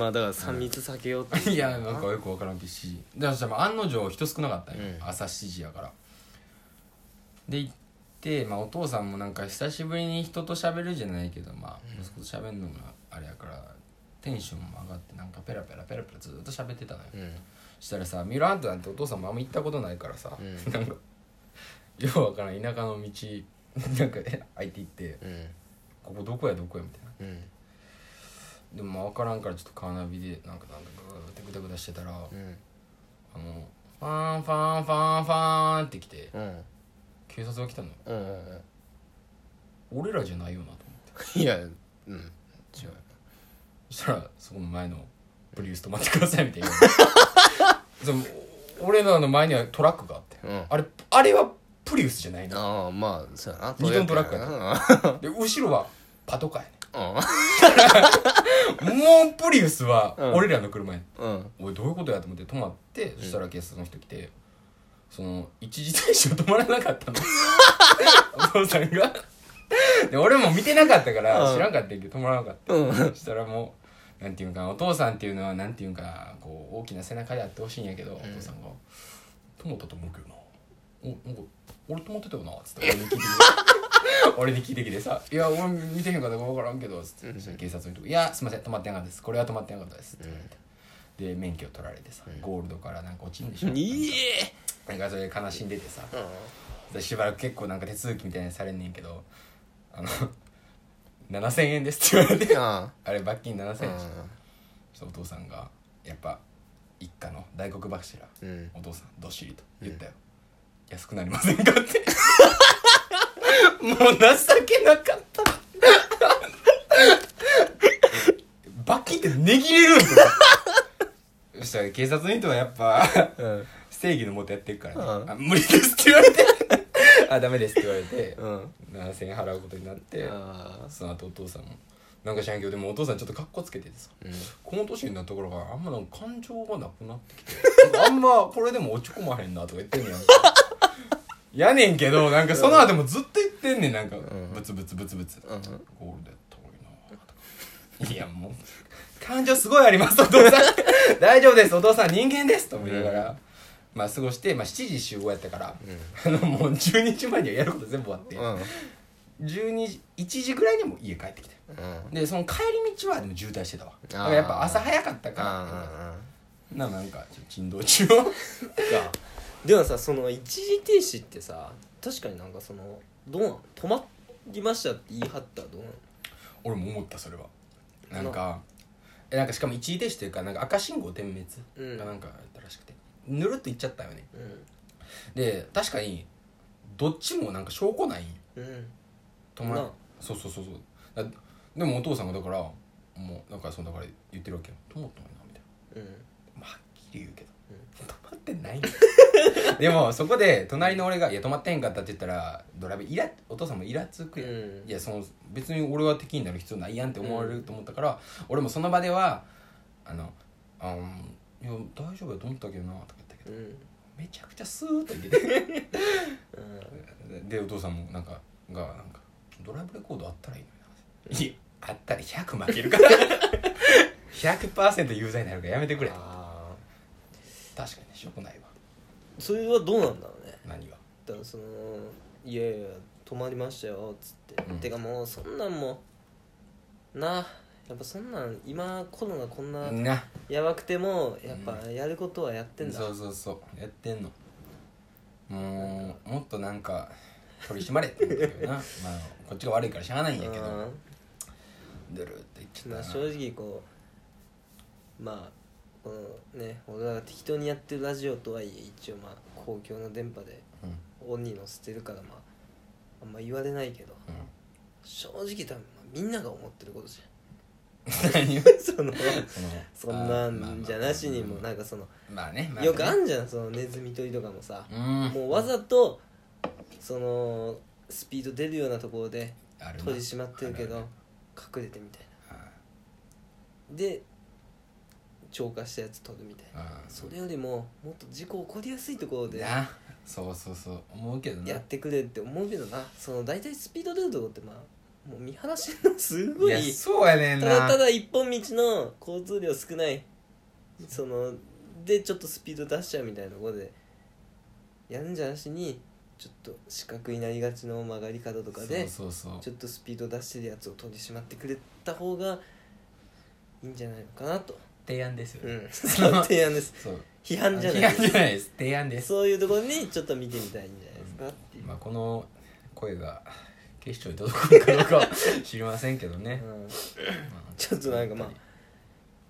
[SPEAKER 2] まあだから3密避けよう
[SPEAKER 1] *laughs*
[SPEAKER 2] って
[SPEAKER 1] いやなんかよくわからんけど7時だからさまあ案の定人少なかったんよ、
[SPEAKER 2] うん
[SPEAKER 1] 朝7時やからで行って、まあ、お父さんもなんか久しぶりに人と喋るじゃないけど、まあ、息子と喋るのがあれやからテンションも上がってなんかペラペラペラペラずっと喋ってたのよ、
[SPEAKER 2] うん
[SPEAKER 1] したらさミュラントなんてお父さんもあんま行ったことないからさ、なんかようわからん田舎の道なんかえ入って行って
[SPEAKER 2] うん
[SPEAKER 1] 「ここどこやどこや」みたいな
[SPEAKER 2] うん
[SPEAKER 1] でもまあ分からんからちょっとカーナビでなんかなんかグーってグダグダしてたら、
[SPEAKER 2] うん
[SPEAKER 1] あのファンファンファンファンって来て
[SPEAKER 2] うん
[SPEAKER 1] 警察が来たのよ
[SPEAKER 2] うんうん
[SPEAKER 1] 俺らじゃないよなと思って
[SPEAKER 2] いやうん違う
[SPEAKER 1] そしたらそこの前のプリウス止まってくださいみたいなその俺らの前にはトラックがあって、
[SPEAKER 2] うん
[SPEAKER 1] あれあれはプリウスじゃないの
[SPEAKER 2] ああまあそうやな
[SPEAKER 1] 二トントラックや
[SPEAKER 2] や
[SPEAKER 1] で後ろはパトカーやね
[SPEAKER 2] な
[SPEAKER 1] *laughs* もうプリウスは
[SPEAKER 2] うん
[SPEAKER 1] 俺らの車や、
[SPEAKER 2] うんうん
[SPEAKER 1] おいどういうことやと思って止まってそしたら警察の人来てその一時停止が止まらなかったの *laughs* お父さんがで俺も見てなかったから
[SPEAKER 2] うん
[SPEAKER 1] 知らんかったけど止まらなかった
[SPEAKER 2] うん
[SPEAKER 1] そしたらもうなんていうんかなお父さんっていうのはなんていうんかこう大きな背中であってほしいんやけど、お父さんが「止まったと思うけどなおなんか俺止まってたよな」っ
[SPEAKER 2] *laughs*
[SPEAKER 1] つって俺に聞いてきて俺に聞いてきてさ「いや俺見てへんかったから分からんけど」つってそしたら警察の人が「いやすいません止まってなかったですこれは止まってなかったです」って言われて。で免許取られてさ、ゴールドからなんか落ちるんでしょ
[SPEAKER 2] いえ
[SPEAKER 1] なんかそれで悲しんでてさ、でしばらく結構なんか手続きみたいなのされんねんけど「あの *laughs* 7000円です」って言われて
[SPEAKER 2] あ
[SPEAKER 1] あれ罰金7000
[SPEAKER 2] あ
[SPEAKER 1] 円でしたそしたらお父さんがやっぱ一家の大黒柱、
[SPEAKER 2] うん
[SPEAKER 1] お父さんどっしりと言ったよ、安くなりませんかってもう情けなかった罰金って値切れるんですよそしたら警察の人はやっぱ
[SPEAKER 2] うん
[SPEAKER 1] 正義のもとやってるからね、
[SPEAKER 2] うん
[SPEAKER 1] あ無理ですって言われて *laughs* あダメですって言われて、
[SPEAKER 2] うん
[SPEAKER 1] 7000円払うことになって、
[SPEAKER 2] あ
[SPEAKER 1] その後お父さんもなんか知らんけどでもお父さんちょっとカッコつけててさ、この年になった頃からあんまなんか感情がなくなってきてなんかあんまこれでも落ち込まへんなとか言ってんねや
[SPEAKER 2] *laughs*
[SPEAKER 1] んかやねんけどなんかその後もずっと言ってんねんなんか、ブツブツブツブツ、
[SPEAKER 2] ん
[SPEAKER 1] ゴールドやった方がいいなとかいやもう感情すごいありますお父さ
[SPEAKER 2] *laughs*
[SPEAKER 1] ん大丈夫ですお父さん人間ですと思いながら、まあ過ごして、まあ、7時集合やったから、 *laughs* あのもう12時前にはやること全部終わって、
[SPEAKER 2] うんうん
[SPEAKER 1] 12時1時ぐらいにもう家帰ってきたよでその帰り道はでも渋滞してたわ
[SPEAKER 2] あー
[SPEAKER 1] だからやっぱ朝早かったか
[SPEAKER 2] あ
[SPEAKER 1] らななんかちょっと珍道中を *laughs*
[SPEAKER 2] でもさその一時停止ってさ確かになんかそのどうなん止まりましたって言い張ったらどうなん
[SPEAKER 1] 俺も思ったそれはなんかえなんかしかも一時停止というかなんか赤信号点
[SPEAKER 2] うん
[SPEAKER 1] 滅がなんかやったらしくて、ぬるっといっちゃったよね
[SPEAKER 2] う
[SPEAKER 1] で確かにどっちもなんか証拠ないんよ
[SPEAKER 2] んうん
[SPEAKER 1] 止ま
[SPEAKER 2] な
[SPEAKER 1] ら
[SPEAKER 2] あ
[SPEAKER 1] そうそうそうそうだでもお父さんがだからもうなんかそのだから言ってるわけよ「止まったのにな」みたいな
[SPEAKER 2] うん
[SPEAKER 1] まあはっきり言うけど、止まってないん *laughs* だでもそこで隣の俺が「いや止まってへんかった」って言ったらドライブイラお父さんもイラつくやん、
[SPEAKER 2] うん
[SPEAKER 1] いやその別に俺は敵になる必要ないやんって思われると思ったから、俺もその場では「あのあのいや大丈夫やと思ったけどな」とか言ったけど、
[SPEAKER 2] うん
[SPEAKER 1] めちゃくちゃスーッと言って *laughs* て
[SPEAKER 2] うん
[SPEAKER 1] でお父さんもなんかがなんか「ドライブレコードあったらいいのにな」いやあったら100負けるから *laughs* 100%有罪になるからやめてくれ」
[SPEAKER 2] あ
[SPEAKER 1] 確かにね証拠ないわ
[SPEAKER 2] ーそれはどうなんだろうね
[SPEAKER 1] 何が
[SPEAKER 2] だからそのいやいや止まりましたよっつって、
[SPEAKER 1] うん
[SPEAKER 2] てかもうそんなんもなあやっぱそんなん今コロナこんな
[SPEAKER 1] な
[SPEAKER 2] やばくてもやっぱやることはやってんだ、
[SPEAKER 1] そうそうそうやってんのもうもっとなんか取り締まれって言うんだけ
[SPEAKER 2] *laughs*
[SPEAKER 1] どなまあこっちが悪いからしゃあないんやけどドゥルーって言っち
[SPEAKER 2] ま
[SPEAKER 1] ゃ
[SPEAKER 2] あ
[SPEAKER 1] った
[SPEAKER 2] 正直こうまあこのね俺らが適当にやってるラジオとはいえ一応まあ公共の電波で
[SPEAKER 1] うん
[SPEAKER 2] オンに載せてるからまああんま言われないけど
[SPEAKER 1] う
[SPEAKER 2] 正直多分まあみんなが思ってることじ
[SPEAKER 1] ん何を
[SPEAKER 2] ゃんその
[SPEAKER 1] その
[SPEAKER 2] *laughs* そん
[SPEAKER 1] あ
[SPEAKER 2] な
[SPEAKER 1] ーまあま
[SPEAKER 2] ん
[SPEAKER 1] あ
[SPEAKER 2] じゃなしにもなんかその
[SPEAKER 1] まあねまあね
[SPEAKER 2] よくあんじゃんそのネズミ捕りとかもさ
[SPEAKER 1] うん
[SPEAKER 2] もうわざとそのスピード出るようなところで
[SPEAKER 1] あるな
[SPEAKER 2] 閉じしまってるけ
[SPEAKER 1] あ
[SPEAKER 2] ど
[SPEAKER 1] る
[SPEAKER 2] 隠れてみたい
[SPEAKER 1] ある
[SPEAKER 2] なで超過したやつ取るみたいな
[SPEAKER 1] あああそ
[SPEAKER 2] それよりももっと事故起こりやすいところ
[SPEAKER 1] う
[SPEAKER 2] で
[SPEAKER 1] なそうそうそう思うけどな
[SPEAKER 2] やってくれって思うけどなその大体スピード出るとこってまあもう見晴らしのすごい
[SPEAKER 1] やそうやねん
[SPEAKER 2] た
[SPEAKER 1] な
[SPEAKER 2] だただ一本道の交通量少ないそのでちょっとスピード出しちゃうみたいなところでやるんじゃなしにちょっと四角になりがちの曲がり方とかで
[SPEAKER 1] そうそうそう
[SPEAKER 2] ちょっとスピード出してるやつを飛んでしまってくれた方がいいんじゃないのかなと、
[SPEAKER 1] 提案ですよ
[SPEAKER 2] う
[SPEAKER 1] ね、
[SPEAKER 2] ん、その提案です
[SPEAKER 1] そう
[SPEAKER 2] 批判じゃ
[SPEAKER 1] 提
[SPEAKER 2] ないで
[SPEAKER 1] 案
[SPEAKER 2] す
[SPEAKER 1] じゃないです提案です
[SPEAKER 2] そういうところにちょっと見てみたいんじゃないですかっていう、
[SPEAKER 1] まあこの声が警視庁に届くかどうかは知りませんけどね、
[SPEAKER 2] うん
[SPEAKER 1] まあ
[SPEAKER 2] ちょっとなんかま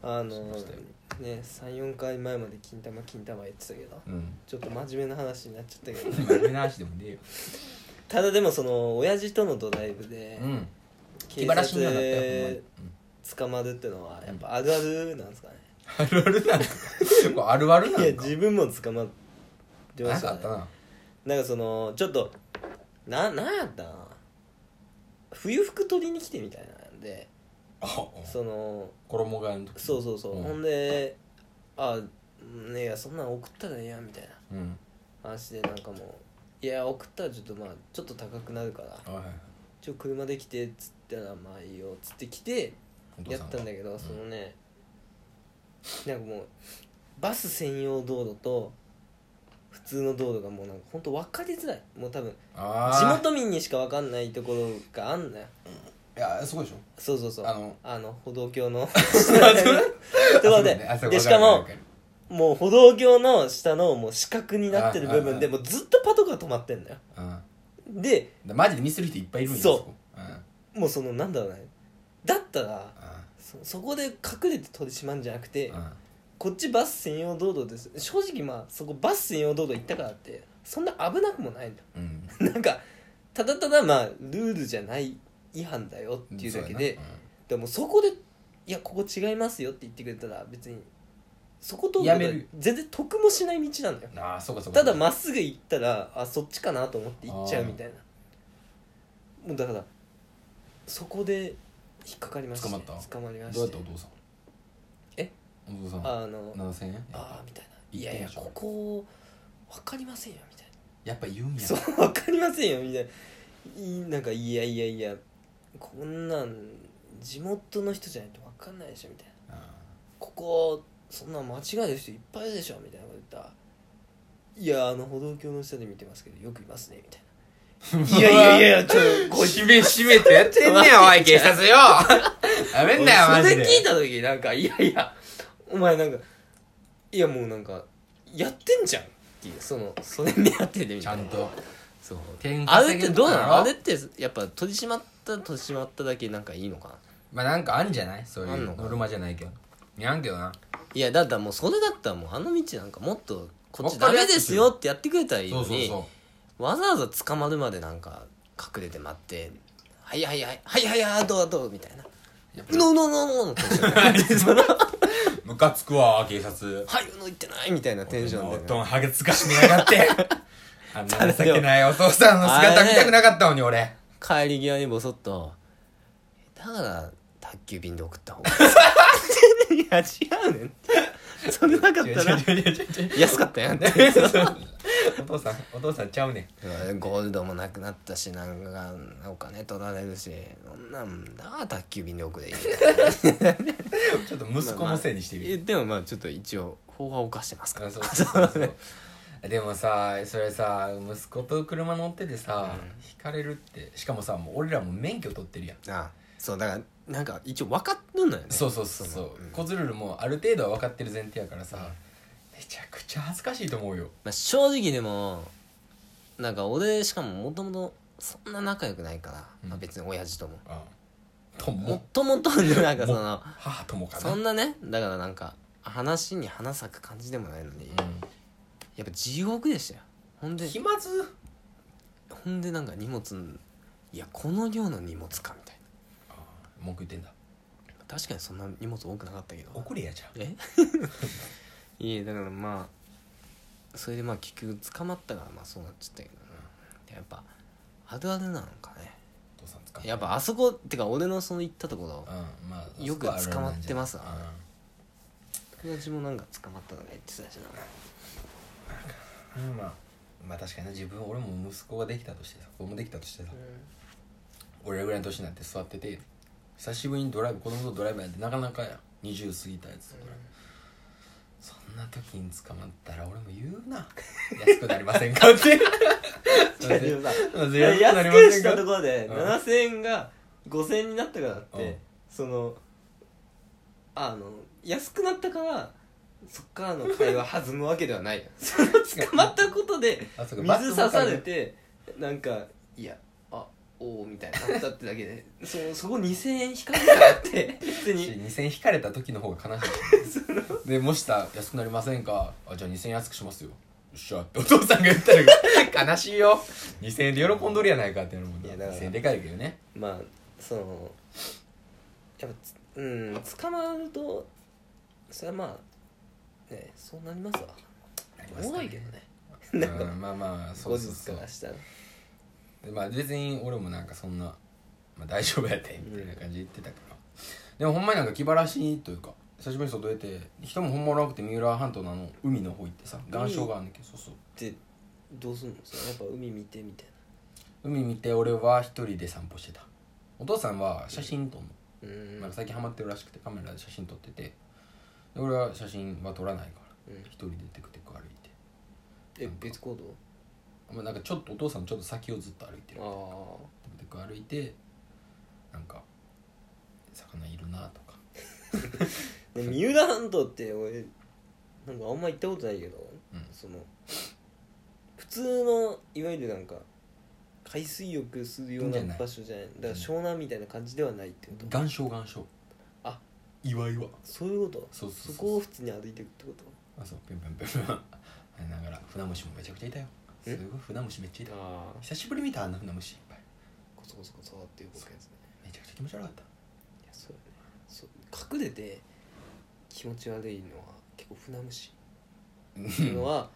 [SPEAKER 2] ああの
[SPEAKER 1] しましたよ
[SPEAKER 2] ね34回前まで金玉金玉言ってたけど
[SPEAKER 1] うん
[SPEAKER 2] ちょっと真面目な話になっちゃったけど
[SPEAKER 1] 真面目な話でもねえよ
[SPEAKER 2] ただでもその親父とのドライブで
[SPEAKER 1] うん
[SPEAKER 2] 警
[SPEAKER 1] 気晴らしになかったよ
[SPEAKER 2] 察捕まるってのはやっぱあるあるなんですかね
[SPEAKER 1] ほんまにあるあるなんですか *laughs* これあるあるない
[SPEAKER 2] や
[SPEAKER 1] んか
[SPEAKER 2] 自分も捕まってま
[SPEAKER 1] な
[SPEAKER 2] し
[SPEAKER 1] んかあ
[SPEAKER 2] た
[SPEAKER 1] っ
[SPEAKER 2] ね
[SPEAKER 1] たな
[SPEAKER 2] なんかそのちょっとななんやったな冬服取りに来てみたいなんで
[SPEAKER 1] あ
[SPEAKER 2] その
[SPEAKER 1] 衣替えの時
[SPEAKER 2] そうそうそう、
[SPEAKER 1] うん
[SPEAKER 2] ほんであねいやそんなん送ったらええやんみたいな
[SPEAKER 1] うん
[SPEAKER 2] 話でなんかもういや送ったらちょっとまあちょっと高くなるから
[SPEAKER 1] あはいはい
[SPEAKER 2] ちょ車で来てっつったらまあいいよっつって来て
[SPEAKER 1] お父
[SPEAKER 2] や
[SPEAKER 1] さ
[SPEAKER 2] っ
[SPEAKER 1] ん
[SPEAKER 2] た
[SPEAKER 1] が
[SPEAKER 2] んだけどそのねなんかもうバス専用道路と普通の道路がもうなんかほんと分かりづらいもう多分
[SPEAKER 1] あ
[SPEAKER 2] 地
[SPEAKER 1] ー
[SPEAKER 2] 元民にしか分かんないところがあんのよ
[SPEAKER 1] いやすごいでしょ
[SPEAKER 2] そうそうそう
[SPEAKER 1] あの
[SPEAKER 2] 歩道
[SPEAKER 1] *laughs*
[SPEAKER 2] 橋の *laughs* ところで
[SPEAKER 1] あそうね
[SPEAKER 2] で
[SPEAKER 1] あ
[SPEAKER 2] し
[SPEAKER 1] そう
[SPEAKER 2] か
[SPEAKER 1] わ
[SPEAKER 2] も
[SPEAKER 1] かる
[SPEAKER 2] もう歩道橋の下のもう四角になってる部分で
[SPEAKER 1] ああ
[SPEAKER 2] もうずっとパトカー止まってんだよ
[SPEAKER 1] わかるうんだか
[SPEAKER 2] で
[SPEAKER 1] らマジでミスる人いっぱいいるんや
[SPEAKER 2] そう
[SPEAKER 1] そこうんうん
[SPEAKER 2] もうそのなんだろうねだったらそそこで隠れて取り締まんじゃなくて
[SPEAKER 1] うん
[SPEAKER 2] こっちバス専用道路です正直まあそこバス専用道路行ったからってそんな危なくもないんだ
[SPEAKER 1] うん
[SPEAKER 2] *laughs* なんかただただまあルールじゃない違反だよっていうだけで、
[SPEAKER 1] そうやなうん
[SPEAKER 2] でもそこで「いやここ違いますよ」って言ってくれたら別にそこと
[SPEAKER 1] やめる
[SPEAKER 2] 全然得もしない道なんだよ
[SPEAKER 1] ああそうかそうか
[SPEAKER 2] ただまっすぐ行ったらあそっちかなと思って行っちゃうみたいなもうだからそこで引っかかりました、
[SPEAKER 1] 捕まった
[SPEAKER 2] 捕まり
[SPEAKER 1] ど
[SPEAKER 2] ま
[SPEAKER 1] う
[SPEAKER 2] し
[SPEAKER 1] やったたお父さん
[SPEAKER 2] え
[SPEAKER 1] お父さん
[SPEAKER 2] あの
[SPEAKER 1] 7000円
[SPEAKER 2] ああみたいないやい
[SPEAKER 1] 行ってみ
[SPEAKER 2] や
[SPEAKER 1] ましょう
[SPEAKER 2] ここ分かりませんよみたいな
[SPEAKER 1] やっぱ言うんや
[SPEAKER 2] そう分かりませんよみたいないなんかいやいやいやこんなん地元の人じゃないと分かんないでしょみたいな
[SPEAKER 1] あ
[SPEAKER 2] ここそんな間違いの人いっぱいいるでしょみたいなこと言ったらいやあの歩道橋の下で見てますけどよくいますねみたいな
[SPEAKER 1] ー
[SPEAKER 2] いやいやい
[SPEAKER 1] *laughs*
[SPEAKER 2] やちょっと
[SPEAKER 1] こしめしめとやってんね
[SPEAKER 2] *laughs*
[SPEAKER 1] やおい警察よやめんな *laughs* よマ
[SPEAKER 2] そ
[SPEAKER 1] ジ
[SPEAKER 2] れ
[SPEAKER 1] で
[SPEAKER 2] 聞いた時なんかいやいやお前なんかいやもうなんかやってんじゃんっていうそのそれ目当てでみ
[SPEAKER 1] ち
[SPEAKER 2] た
[SPEAKER 1] ゃ
[SPEAKER 2] いなん
[SPEAKER 1] と
[SPEAKER 4] そう
[SPEAKER 1] 点
[SPEAKER 2] あれってどうなのあれ
[SPEAKER 1] 稼げ
[SPEAKER 2] っ
[SPEAKER 1] る
[SPEAKER 2] てやっぱ取り締まったら取り締まっただけなんかいいのかな
[SPEAKER 1] まあなんかあんじゃないそう
[SPEAKER 2] あ
[SPEAKER 1] い
[SPEAKER 2] ん
[SPEAKER 1] う
[SPEAKER 2] のか
[SPEAKER 1] ノルマじゃないけどいやんけどない
[SPEAKER 2] やだったらもうそれだったらもうあの道なんかもっとこっち
[SPEAKER 1] わ
[SPEAKER 2] ダ
[SPEAKER 1] かり
[SPEAKER 2] メ
[SPEAKER 1] やすく
[SPEAKER 2] ですよってやってくれたらいい
[SPEAKER 1] そ
[SPEAKER 2] の
[SPEAKER 1] うそう
[SPEAKER 2] に
[SPEAKER 1] そ
[SPEAKER 2] わざわざ捕まるまでなんか隠れて待って「はいはいはいはいはいはいどうどう」みたいな「
[SPEAKER 1] やっ
[SPEAKER 2] うのうのうのうのうのテン
[SPEAKER 1] *laughs*
[SPEAKER 2] ションで」その「
[SPEAKER 1] うムカつくわ警察
[SPEAKER 2] はいうの言ってない」みたいなテンションで、
[SPEAKER 1] どんハゲつかしめやがって
[SPEAKER 2] *laughs*
[SPEAKER 1] あんな情けないお父さんの姿見たくなかったのに俺
[SPEAKER 2] 帰り際にボソッと「だから宅急便で送った
[SPEAKER 1] *laughs*
[SPEAKER 2] 方がいい」いや違うねんそれなかったら
[SPEAKER 1] 違う違う違う違う
[SPEAKER 2] 安かったやんって *laughs*
[SPEAKER 1] お父さんお父さんちゃうねん
[SPEAKER 2] ゴールドもなくなったしなんかお金取られるしそんなんだから宅急便で送れいい
[SPEAKER 1] ちょっと *laughs* 息子のせいにしてみる
[SPEAKER 2] えでもまあちょっと一応法は犯してますから
[SPEAKER 1] あそうそうそう *laughs* でもさそれさ息子と車乗っててさ、引かれるってしかもさもう俺らも免許取ってるやん
[SPEAKER 2] *laughs* あそうだからなんか一応分かってんのよね
[SPEAKER 1] そうそうそうそうコズルールもある程度は分かってる前提やからさ、めちゃくちゃ恥ずかしいと思うよ
[SPEAKER 2] まあ、正直でもなんか俺しかももともとそんな仲良くないから、
[SPEAKER 1] うん
[SPEAKER 2] まあ、別に親父とも
[SPEAKER 1] あと
[SPEAKER 2] も
[SPEAKER 1] も
[SPEAKER 2] ともとなんかその
[SPEAKER 1] 母ともかな
[SPEAKER 2] そんなねだからなんか話に花咲く感じでもないのに、やっぱ地獄でしたよほん
[SPEAKER 1] う
[SPEAKER 2] で
[SPEAKER 1] ん、気まず
[SPEAKER 2] ほんでなんか荷物いやこの量の荷物かみたい
[SPEAKER 1] 文句言ってんだ
[SPEAKER 2] な確かにそんな荷物多くなかったけど
[SPEAKER 1] 送れやじゃん
[SPEAKER 2] え *laughs* いえだからまあそれでまあ結局捕まったからまあそうなっちゃったけどなやっぱあるあるなのかね
[SPEAKER 1] お父さん使
[SPEAKER 2] やっぱあそこってか俺のその行ったところ
[SPEAKER 1] うんまあ
[SPEAKER 2] よく捕まってます
[SPEAKER 1] うん
[SPEAKER 2] わ友達もなんか捕まったとか言ってたしな
[SPEAKER 1] うんまあまあ確かにな自分俺も息子ができたとしてさ子供できたとしてさ、俺らぐらいの年になって座ってて久しぶりにドライブ子供とドライブやってなかなかやん20過ぎたやつとか、そんな時に捕まったら俺も言うな安くなりませんかって
[SPEAKER 2] *laughs* いやでもさ
[SPEAKER 1] まず安くなりま
[SPEAKER 2] 安く
[SPEAKER 1] せん
[SPEAKER 2] したと
[SPEAKER 1] か
[SPEAKER 2] ころで
[SPEAKER 1] うん
[SPEAKER 2] 7000円が5000円になったからっ
[SPEAKER 1] うん
[SPEAKER 2] てそのあの安くなったからそっからの会話弾むわけで
[SPEAKER 1] *laughs*
[SPEAKER 2] はないよその *laughs* 捕まったことで
[SPEAKER 1] あそうか
[SPEAKER 2] 水刺されてなんかいやあおおみたいになったってだ
[SPEAKER 1] *laughs*
[SPEAKER 2] けでそのそこ2000円引かれたからって別
[SPEAKER 1] し
[SPEAKER 2] に
[SPEAKER 1] 2000引かれた時の方が悲しいでもした安くなりませんかあじゃあ2000円安くしますよよっしゃってお父さんが言ったら *laughs* 悲しいよ2000円で喜んどるやないかってなるもん
[SPEAKER 2] いやだから
[SPEAKER 1] 2000円でかいけど
[SPEAKER 2] *laughs*
[SPEAKER 1] ね
[SPEAKER 2] まあそのやっぱつうん捕まるとそれはまあねそうなりますわおもろいけどね
[SPEAKER 1] どねうんまあまあそ
[SPEAKER 2] 後
[SPEAKER 1] う
[SPEAKER 2] 日
[SPEAKER 1] そうそ
[SPEAKER 2] から
[SPEAKER 1] う
[SPEAKER 2] したら
[SPEAKER 1] でまあ別に俺もなんかそんな、まあ、大丈夫やってみたいな感じで言ってたから、でもほんまになんか気晴らしいというか久しぶりに外出て人もほんまおらなくて三浦半島のあの海の方行ってさ岩礁があるんだけどそうそう
[SPEAKER 2] でどうすんのそのやっぱ海見てみたい
[SPEAKER 1] 海見て俺は一人で散歩してたお父さんは写真撮んの、
[SPEAKER 2] なうーん
[SPEAKER 1] なんか最近ハマってるらしくてカメラで写真撮っててで俺は写真は撮らないから、
[SPEAKER 2] うん
[SPEAKER 1] 一人でテクテク歩いて、
[SPEAKER 2] え別行動
[SPEAKER 1] まあ、なんかちょっとお父さんのちょっと先をずっと歩いてる
[SPEAKER 2] あ
[SPEAKER 1] テクテク歩いてなんか魚いるなとか
[SPEAKER 2] あ三浦半島って俺なんかあんま行ったことないけど、
[SPEAKER 1] うん
[SPEAKER 2] その普通のいわゆるなんか海水浴するよう
[SPEAKER 1] じ
[SPEAKER 2] な
[SPEAKER 1] ゃない
[SPEAKER 2] 場所じゃないだから湘南みたいな感じではないってこと、
[SPEAKER 1] 岩礁岩礁
[SPEAKER 2] あ
[SPEAKER 1] 岩岩
[SPEAKER 2] そういうこと
[SPEAKER 1] そうそうそ
[SPEAKER 2] そ
[SPEAKER 1] う
[SPEAKER 2] こを普通に歩いていくってこと
[SPEAKER 1] あそうピンピンピンピンあれながら船虫もめちゃくちゃいたよす
[SPEAKER 2] え
[SPEAKER 1] ごい船虫めっちゃいた
[SPEAKER 2] ああ
[SPEAKER 1] 久しぶりに見たあんな船虫いっぱい
[SPEAKER 2] コソコソコソっていう僕やつね
[SPEAKER 1] めちゃくちゃ気持ち悪かった
[SPEAKER 2] いやそうだねそう隠れて気持ち悪いのは結構船虫っていうのは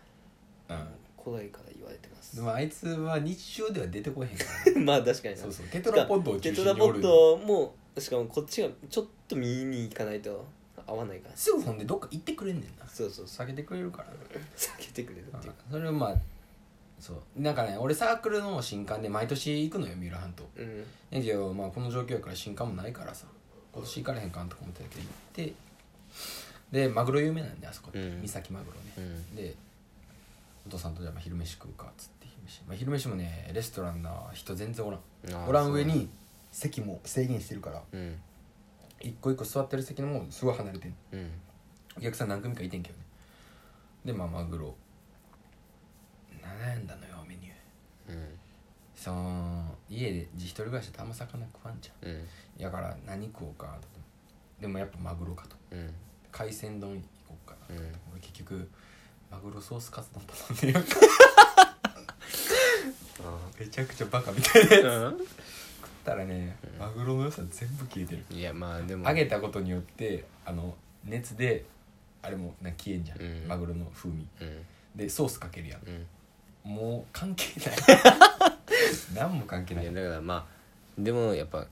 [SPEAKER 1] うん
[SPEAKER 2] 古代から言われてます
[SPEAKER 1] でもあいつは日常では出てこへんから
[SPEAKER 2] *laughs* まあ確かにな
[SPEAKER 1] そうそうテトラポッドを
[SPEAKER 2] テ
[SPEAKER 1] 中心
[SPEAKER 2] トラ
[SPEAKER 1] に
[SPEAKER 2] ポ
[SPEAKER 1] お
[SPEAKER 2] ッ
[SPEAKER 1] る
[SPEAKER 2] トもしかもこっちがちょっと右に行かないと合わないから
[SPEAKER 1] すぐほんでどっか行ってくれんねんな *laughs*
[SPEAKER 2] そうそうそう
[SPEAKER 1] 下げてくれるからね
[SPEAKER 2] 避けてくれるっていう
[SPEAKER 1] それをまあそうなんかね俺サークルの新刊で毎年行くのよ三浦半島
[SPEAKER 2] うん
[SPEAKER 1] やけど、まあ、この状況やから新刊もないからさ今年行かれへんかんとか思ってたけど行ってでマグロ有名なんであそこって、
[SPEAKER 5] うん
[SPEAKER 1] 三崎マグロね、
[SPEAKER 5] うん
[SPEAKER 1] でお父さんとじゃあまあ昼飯食うかっつって昼飯、まあ、昼飯もねレストランな人全然おらん
[SPEAKER 5] あー
[SPEAKER 1] おらん上に席も制限してるから
[SPEAKER 5] うん
[SPEAKER 1] 一個一個座ってる席のもうすごい離れてん
[SPEAKER 5] うん
[SPEAKER 1] お客さん何組かいてんけどねでまあマグロ悩んだのよメニュー
[SPEAKER 5] うん
[SPEAKER 1] その家で自一人暮らしであんま魚食わんじゃん
[SPEAKER 5] うん
[SPEAKER 1] やから何食おうかとでもやっぱマグロかと
[SPEAKER 5] うん
[SPEAKER 1] 海鮮丼行こうかな、
[SPEAKER 5] うん
[SPEAKER 1] 俺結局マグロソースカツ丼頼んでよめちゃくちゃバカみたいなやつ *laughs* 食ったらねマグロの良さ全部消えてる
[SPEAKER 5] いやまあでも
[SPEAKER 1] 揚げたことによってあの熱であれもなんか消えんじゃん、
[SPEAKER 5] うん
[SPEAKER 1] マグロの風味
[SPEAKER 5] うん
[SPEAKER 1] でソースかけるやん
[SPEAKER 5] うん
[SPEAKER 1] もう関係ない *laughs* 何も関係ないい
[SPEAKER 5] やだからまあでもやっぱん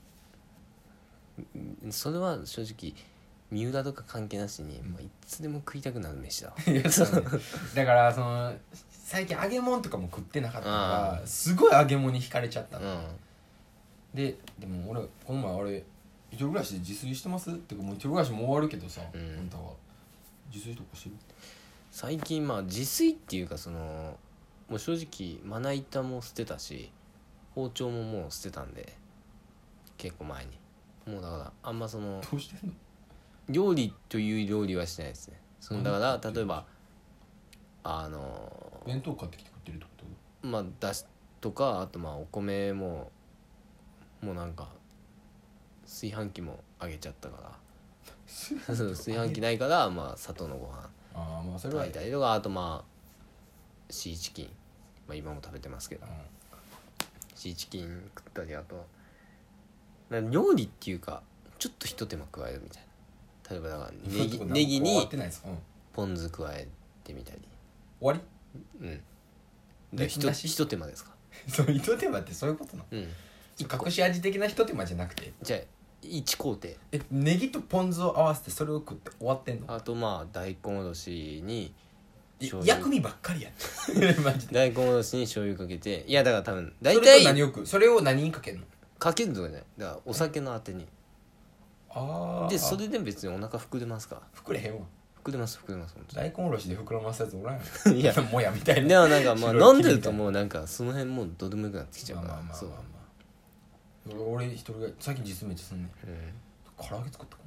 [SPEAKER 5] それは正直三浦とか関係なしに、まあ、いつでも食いたくなる飯だわ
[SPEAKER 1] *laughs* いやそうねだからその最近揚げ物とかも食ってなかったから
[SPEAKER 5] う
[SPEAKER 1] すごい揚げ物に惹かれちゃった
[SPEAKER 5] う
[SPEAKER 1] の、
[SPEAKER 5] ん
[SPEAKER 1] ででも俺この前俺一人暮らしで自炊してますってかもう一人暮らしも終わるけどさ、
[SPEAKER 5] うん
[SPEAKER 1] あんたは自炊とかしてる
[SPEAKER 5] 最近まあ自炊っていうかそのもう正直まな板も捨てたし包丁ももう捨てたんで結構前にもうだからあんまその
[SPEAKER 1] どうしてんの
[SPEAKER 5] 料理という料理はしてないですねそのだから例えばあの
[SPEAKER 1] 弁当買ってきて食ってるってこ
[SPEAKER 5] まあだしとかあとまあお米ももうなんか炊飯器もあげちゃったから *laughs* そう *laughs* 炊飯器ないからまあ砂糖のご飯
[SPEAKER 1] と *laughs* ああまあそれは
[SPEAKER 5] 炊いたりとかあとまあシーチキン、まあ、今も食べてますけど
[SPEAKER 1] う
[SPEAKER 5] シーチキン食ったりあとなんか料理っていうかちょっとひと手間加えるみたいな例えばだから
[SPEAKER 1] ん
[SPEAKER 5] ネギ
[SPEAKER 1] そういうとこなんか
[SPEAKER 5] ネギ
[SPEAKER 1] 終わっ
[SPEAKER 5] に
[SPEAKER 1] てないです、うん、
[SPEAKER 5] ポン酢加えてみたり
[SPEAKER 1] 終わ
[SPEAKER 5] うん
[SPEAKER 1] で
[SPEAKER 5] でひと
[SPEAKER 1] なし
[SPEAKER 5] ひと手間ですか
[SPEAKER 1] り *laughs* そう一手間ってそういうことなの
[SPEAKER 5] うん
[SPEAKER 1] 隠し味的な一手間じゃなくて
[SPEAKER 5] じゃあ1工程
[SPEAKER 1] えネギとポン酢を合わせてそれを食って終わってんの
[SPEAKER 5] あとまあ大根おろしに
[SPEAKER 1] い
[SPEAKER 5] 醤油
[SPEAKER 1] 薬味ばっかりやん
[SPEAKER 5] *laughs*
[SPEAKER 1] *laughs* マジで
[SPEAKER 5] 大根おろしに醤油かけていやだから多分大
[SPEAKER 1] それと
[SPEAKER 5] 体
[SPEAKER 1] 何を食うそれを何にかけんの
[SPEAKER 5] かけるとかじゃないだからお酒のあてに
[SPEAKER 1] あ
[SPEAKER 5] でそれで別にお腹膨れますか
[SPEAKER 1] 膨れへんわ
[SPEAKER 6] 膨れます膨れます本
[SPEAKER 7] 大根おろしで膨らますやつおらんよ
[SPEAKER 6] 当に *laughs* いや
[SPEAKER 7] *laughs* もやみたい
[SPEAKER 6] で
[SPEAKER 7] な
[SPEAKER 6] もなんかまあ
[SPEAKER 7] 白い
[SPEAKER 6] 飲んでるともうなんかその辺もうどうでもよくなってきちゃう
[SPEAKER 7] まあ
[SPEAKER 6] か
[SPEAKER 7] まあま
[SPEAKER 6] ら
[SPEAKER 7] あまあ
[SPEAKER 6] そう
[SPEAKER 7] まあ俺一人が最近実めっちゃすんねん
[SPEAKER 6] う
[SPEAKER 7] 唐揚げ作ったか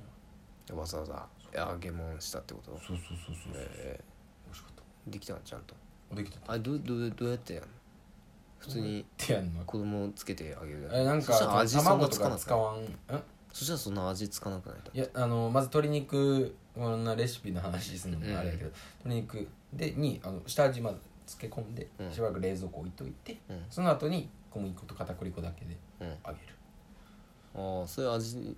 [SPEAKER 7] なん
[SPEAKER 6] わざわざ揚げ物したってこと
[SPEAKER 7] そうそうそうそう、
[SPEAKER 6] え
[SPEAKER 7] 美味しかった
[SPEAKER 6] ーできたのちゃんと
[SPEAKER 7] あできた
[SPEAKER 6] あれどうどうどうやってやんの普通に
[SPEAKER 7] てやんの
[SPEAKER 6] 子供をつけてあげる
[SPEAKER 7] えなん
[SPEAKER 6] そし
[SPEAKER 7] か
[SPEAKER 6] たら味そん
[SPEAKER 7] 卵
[SPEAKER 6] な
[SPEAKER 7] と
[SPEAKER 6] つか
[SPEAKER 7] か
[SPEAKER 6] なく
[SPEAKER 7] 使
[SPEAKER 6] ない
[SPEAKER 7] わんん
[SPEAKER 6] そしたらそんな味つかなくない
[SPEAKER 7] いやあのまず鶏肉こんなレシピの話するの
[SPEAKER 6] うん
[SPEAKER 7] もあれやけど、鶏肉でにあの下味まず漬け込んで、
[SPEAKER 6] うん
[SPEAKER 7] しばらく冷蔵庫置いといて
[SPEAKER 6] うん
[SPEAKER 7] その後に小麦粉と片栗粉だけで
[SPEAKER 6] うんあ
[SPEAKER 7] 揚げる
[SPEAKER 6] あそういう味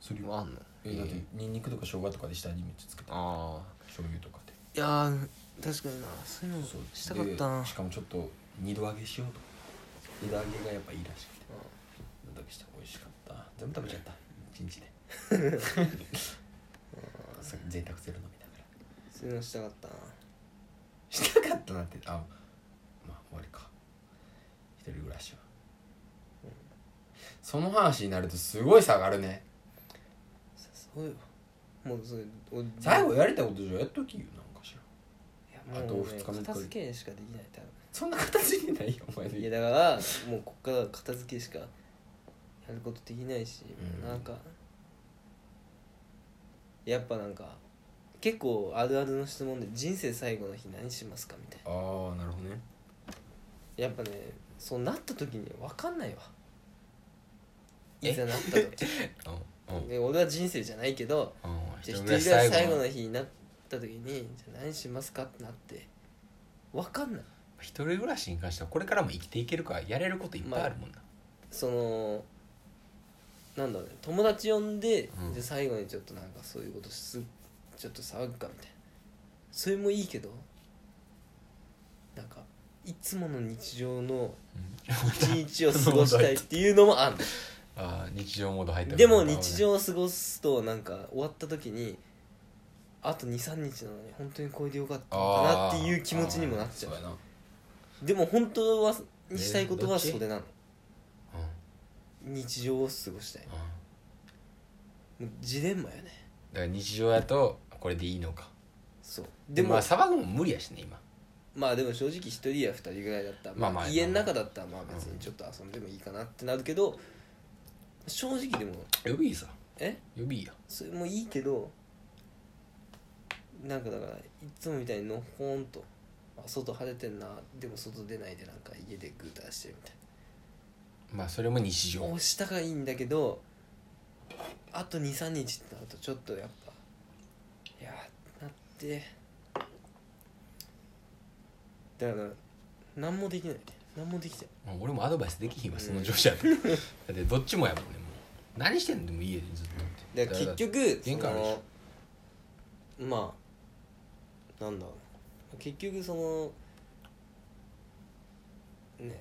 [SPEAKER 7] するよ
[SPEAKER 6] はあんの
[SPEAKER 7] えだってにんにくとか生姜とかで下味めっちゃつけた
[SPEAKER 6] あ
[SPEAKER 7] 醤油とかで
[SPEAKER 6] あいやー確かになそういうのしたかったな
[SPEAKER 7] でしかもちょっと二度揚げしようと二度揚げがやっぱいいらしくて二度揚げしたら美味しかった全部食べちゃった一日でさ贅沢ゼロ飲みながら
[SPEAKER 2] そういうのしたかったな
[SPEAKER 7] したかったなってあまあ終わりか一人暮らしは、その話になるとすごい下がるね
[SPEAKER 2] さそうよもうそれお
[SPEAKER 7] 最後やりたいことじゃやっときよなんかしら
[SPEAKER 2] いやもう
[SPEAKER 7] あと
[SPEAKER 2] ね
[SPEAKER 7] 二日目
[SPEAKER 2] 片付けしかできない多分
[SPEAKER 7] そんな形にないよお前
[SPEAKER 2] い
[SPEAKER 7] で
[SPEAKER 2] やだからもうこっから片付けしかやることできないし、
[SPEAKER 7] うん
[SPEAKER 2] なんかやっぱなんか結構あるあるの質問で人生最後の日何しますかみたい
[SPEAKER 7] ああなるほどね
[SPEAKER 2] なやっぱねそうなった時に分かんないわ
[SPEAKER 7] え
[SPEAKER 2] いざなった時 *laughs*
[SPEAKER 7] うんうん
[SPEAKER 2] で俺は人生じゃないけどじゃあ一人暮らし最後の日になった時にじゃあ何しますかってなって分かんない
[SPEAKER 1] 一人暮らしに関してはこれからも生きていけるかやれることいっぱいあるもんな、
[SPEAKER 2] そのなんだろうね友達呼んで、
[SPEAKER 1] うん
[SPEAKER 2] じゃあ最後にちょっとなんかそういうことすちょっと騒ぐかみたいなそれもいいけどなんかいつもの日常の一日を過ごしたいっていうのもあんの
[SPEAKER 1] *laughs* あー日常モード入ってる
[SPEAKER 2] でも日常を過ごすとなんか終わった時にあと23日なのに本当にこれでよかったのかな
[SPEAKER 1] あ
[SPEAKER 2] っ
[SPEAKER 1] ー
[SPEAKER 2] ていう気持ちにもなっち
[SPEAKER 7] そ
[SPEAKER 2] ゃ
[SPEAKER 7] うやな
[SPEAKER 2] うでも本当はにしたいこと
[SPEAKER 1] ねど
[SPEAKER 2] は
[SPEAKER 1] っち
[SPEAKER 2] それなの
[SPEAKER 1] うんうん
[SPEAKER 2] 日常を過ごしたいもうジレンマよね
[SPEAKER 1] だから日常やとこれでいいのか
[SPEAKER 2] そうで
[SPEAKER 1] で
[SPEAKER 2] も
[SPEAKER 1] も、まあ、騒ぐのも無理やしね今
[SPEAKER 2] まあでも正直一人や二人ぐらいだったら、ま
[SPEAKER 1] ま
[SPEAKER 2] あ
[SPEAKER 1] あまあ
[SPEAKER 2] 家の中だったらまあ別にちょっと遊んでもいいかなってなるけど、正直でも
[SPEAKER 1] 予備いいさ
[SPEAKER 2] え
[SPEAKER 1] 予備いいや
[SPEAKER 2] それもいいけどなんかだからいつもみたいにのほーんとあ外晴れてんなでも外出ないでなんか家でグーターしてるみたい
[SPEAKER 1] まあそれも日
[SPEAKER 2] な
[SPEAKER 1] 常
[SPEAKER 2] 押したがいいんだけどあと23日ってなるとちょっとやっぱいやーなってだから何もできない何もできて
[SPEAKER 1] まあ俺もアドバイスできひんわその上司やと *laughs* だってどっちもやもんねもう何してんのでも家でずっと
[SPEAKER 2] で結局そ
[SPEAKER 1] 限界あるでし
[SPEAKER 2] のまあなんだろうな結局そのね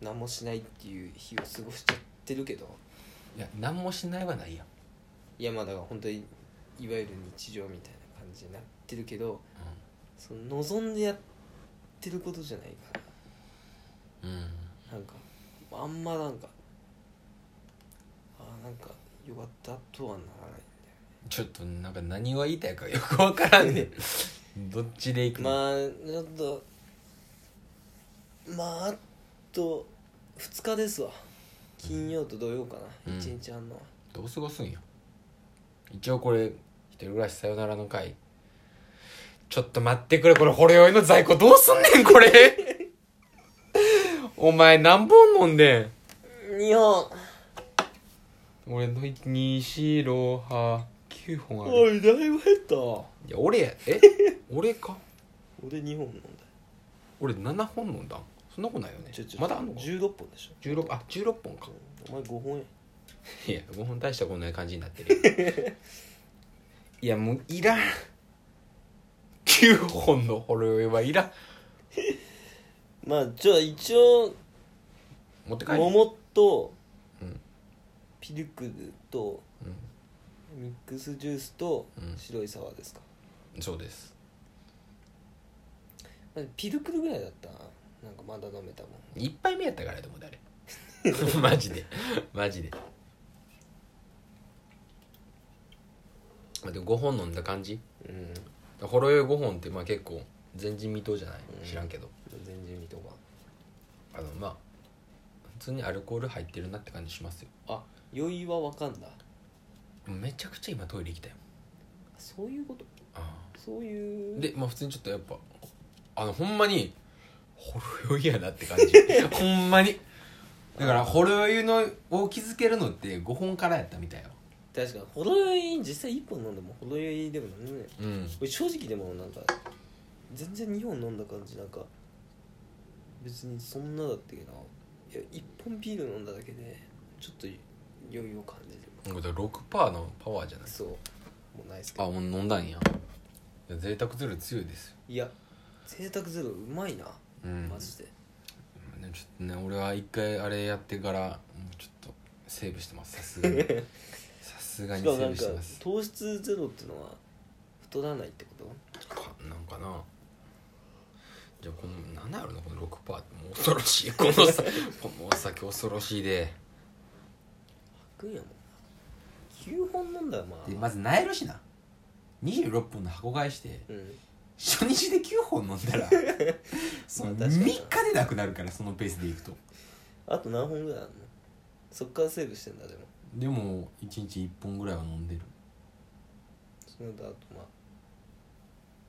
[SPEAKER 2] 何もしないっていう日を過ごしちゃってるけど
[SPEAKER 1] いや何もしないはないやん
[SPEAKER 2] いやまあだから本当にいわゆる日常みたいな感じになってるけどその望んでやってることじゃないか
[SPEAKER 1] うん、うん
[SPEAKER 2] らなんかあんまなんかああなんかよかったとはならない
[SPEAKER 1] ちょっとなんか何を言いたいかよくわからんねどっちで行くの、
[SPEAKER 2] まあちょっとまああと2日ですわ金曜と土曜かな、
[SPEAKER 1] うん
[SPEAKER 2] 一日あんのは
[SPEAKER 1] どう過ごすんよ一応これ「一人暮らしさよなら」の回ちょっと待ってくれこれほろ酔いの在庫どうすんねんこれ *laughs* お前何本飲んで
[SPEAKER 2] 日本
[SPEAKER 1] ん俺の24589本ある
[SPEAKER 2] おいだいぶ減った
[SPEAKER 1] いや俺やえ俺か
[SPEAKER 2] 俺2本飲んだ
[SPEAKER 1] 俺7本飲んだんそんなことないよね
[SPEAKER 2] ちょちょ
[SPEAKER 1] まだあんのか
[SPEAKER 2] 16本でしょ
[SPEAKER 1] 16あ16本か
[SPEAKER 2] お前5本や
[SPEAKER 1] いや5本大したことない感じになってるよ *laughs* いやもういらん9本のほろ酔いはいらん
[SPEAKER 2] まあじゃあ一応
[SPEAKER 1] 持って帰る
[SPEAKER 2] 桃
[SPEAKER 1] う
[SPEAKER 2] と、
[SPEAKER 1] ん
[SPEAKER 2] ピルクルとミックスジュースと
[SPEAKER 1] うん
[SPEAKER 2] 白いサワーですか、
[SPEAKER 1] うんそうです
[SPEAKER 2] まあピルクルぐらいだったななんかまだ飲めたもん
[SPEAKER 1] 一杯目やったからでも誰 *laughs* マジでマジでまあ、でも5本飲んだ感じ
[SPEAKER 2] うん
[SPEAKER 1] ほろ酔い5本ってまあ結構前人未到じゃない
[SPEAKER 2] うん
[SPEAKER 1] 知らんけど、
[SPEAKER 2] 全然見とか
[SPEAKER 1] あのまあ普通にアルコール入ってるなって感じしますよ
[SPEAKER 2] あ酔いは分かんだ
[SPEAKER 1] めちゃくちゃ今トイレ行きたよ
[SPEAKER 2] そういうこと
[SPEAKER 1] あ
[SPEAKER 2] そういう
[SPEAKER 1] でまあ普通にちょっとやっぱあのほんまにほろ酔いやなって感 *laughs* じほんまに
[SPEAKER 8] だからほろ酔いのを気づけるのって5本からやったみたいよ
[SPEAKER 2] 確かにほろ酔い実際1本飲んでもほろ酔いでもなんでもない
[SPEAKER 1] うん
[SPEAKER 2] 俺正直でもなんか全然2本飲んだ感じなんか別にそんなだったけどいや1本ビール飲んだだけでちょっと余裕を感じる
[SPEAKER 1] だから6%のパワーじゃない
[SPEAKER 2] そうもうないっすけ
[SPEAKER 1] あ
[SPEAKER 2] ど
[SPEAKER 1] もう飲んだんやいや贅沢ゼロ強いですよ
[SPEAKER 2] いや贅沢ゼロうまいな
[SPEAKER 1] うん
[SPEAKER 2] マジで
[SPEAKER 1] ねちょっとね俺は一回あれやってからもうちょっとセーブ *laughs* してますさすがにさすが
[SPEAKER 2] し
[SPEAKER 1] にセ
[SPEAKER 2] かもな
[SPEAKER 1] ー
[SPEAKER 2] ん
[SPEAKER 1] ブ
[SPEAKER 2] か
[SPEAKER 1] してます
[SPEAKER 2] 糖質ゼロってのは太らないってこと
[SPEAKER 1] かなんかなじゃあこの何やろなこの6%ってもう恐
[SPEAKER 8] *laughs*
[SPEAKER 1] ろしいこのさこのお酒恐ろしいで
[SPEAKER 2] 白いやもん9本飲んだらまあ
[SPEAKER 8] でまず萎えるしな26本の箱買いして
[SPEAKER 2] うん
[SPEAKER 8] 初日で9本飲ん
[SPEAKER 1] *laughs*
[SPEAKER 8] だらその
[SPEAKER 2] ま
[SPEAKER 8] 3
[SPEAKER 2] あ確かに
[SPEAKER 8] 日でなくなるからそのペースでいくと
[SPEAKER 2] あと何本ぐらいあるのそっからセーブしてんだでも
[SPEAKER 8] でも1日1本ぐらいは飲んでる
[SPEAKER 2] そのだとまあ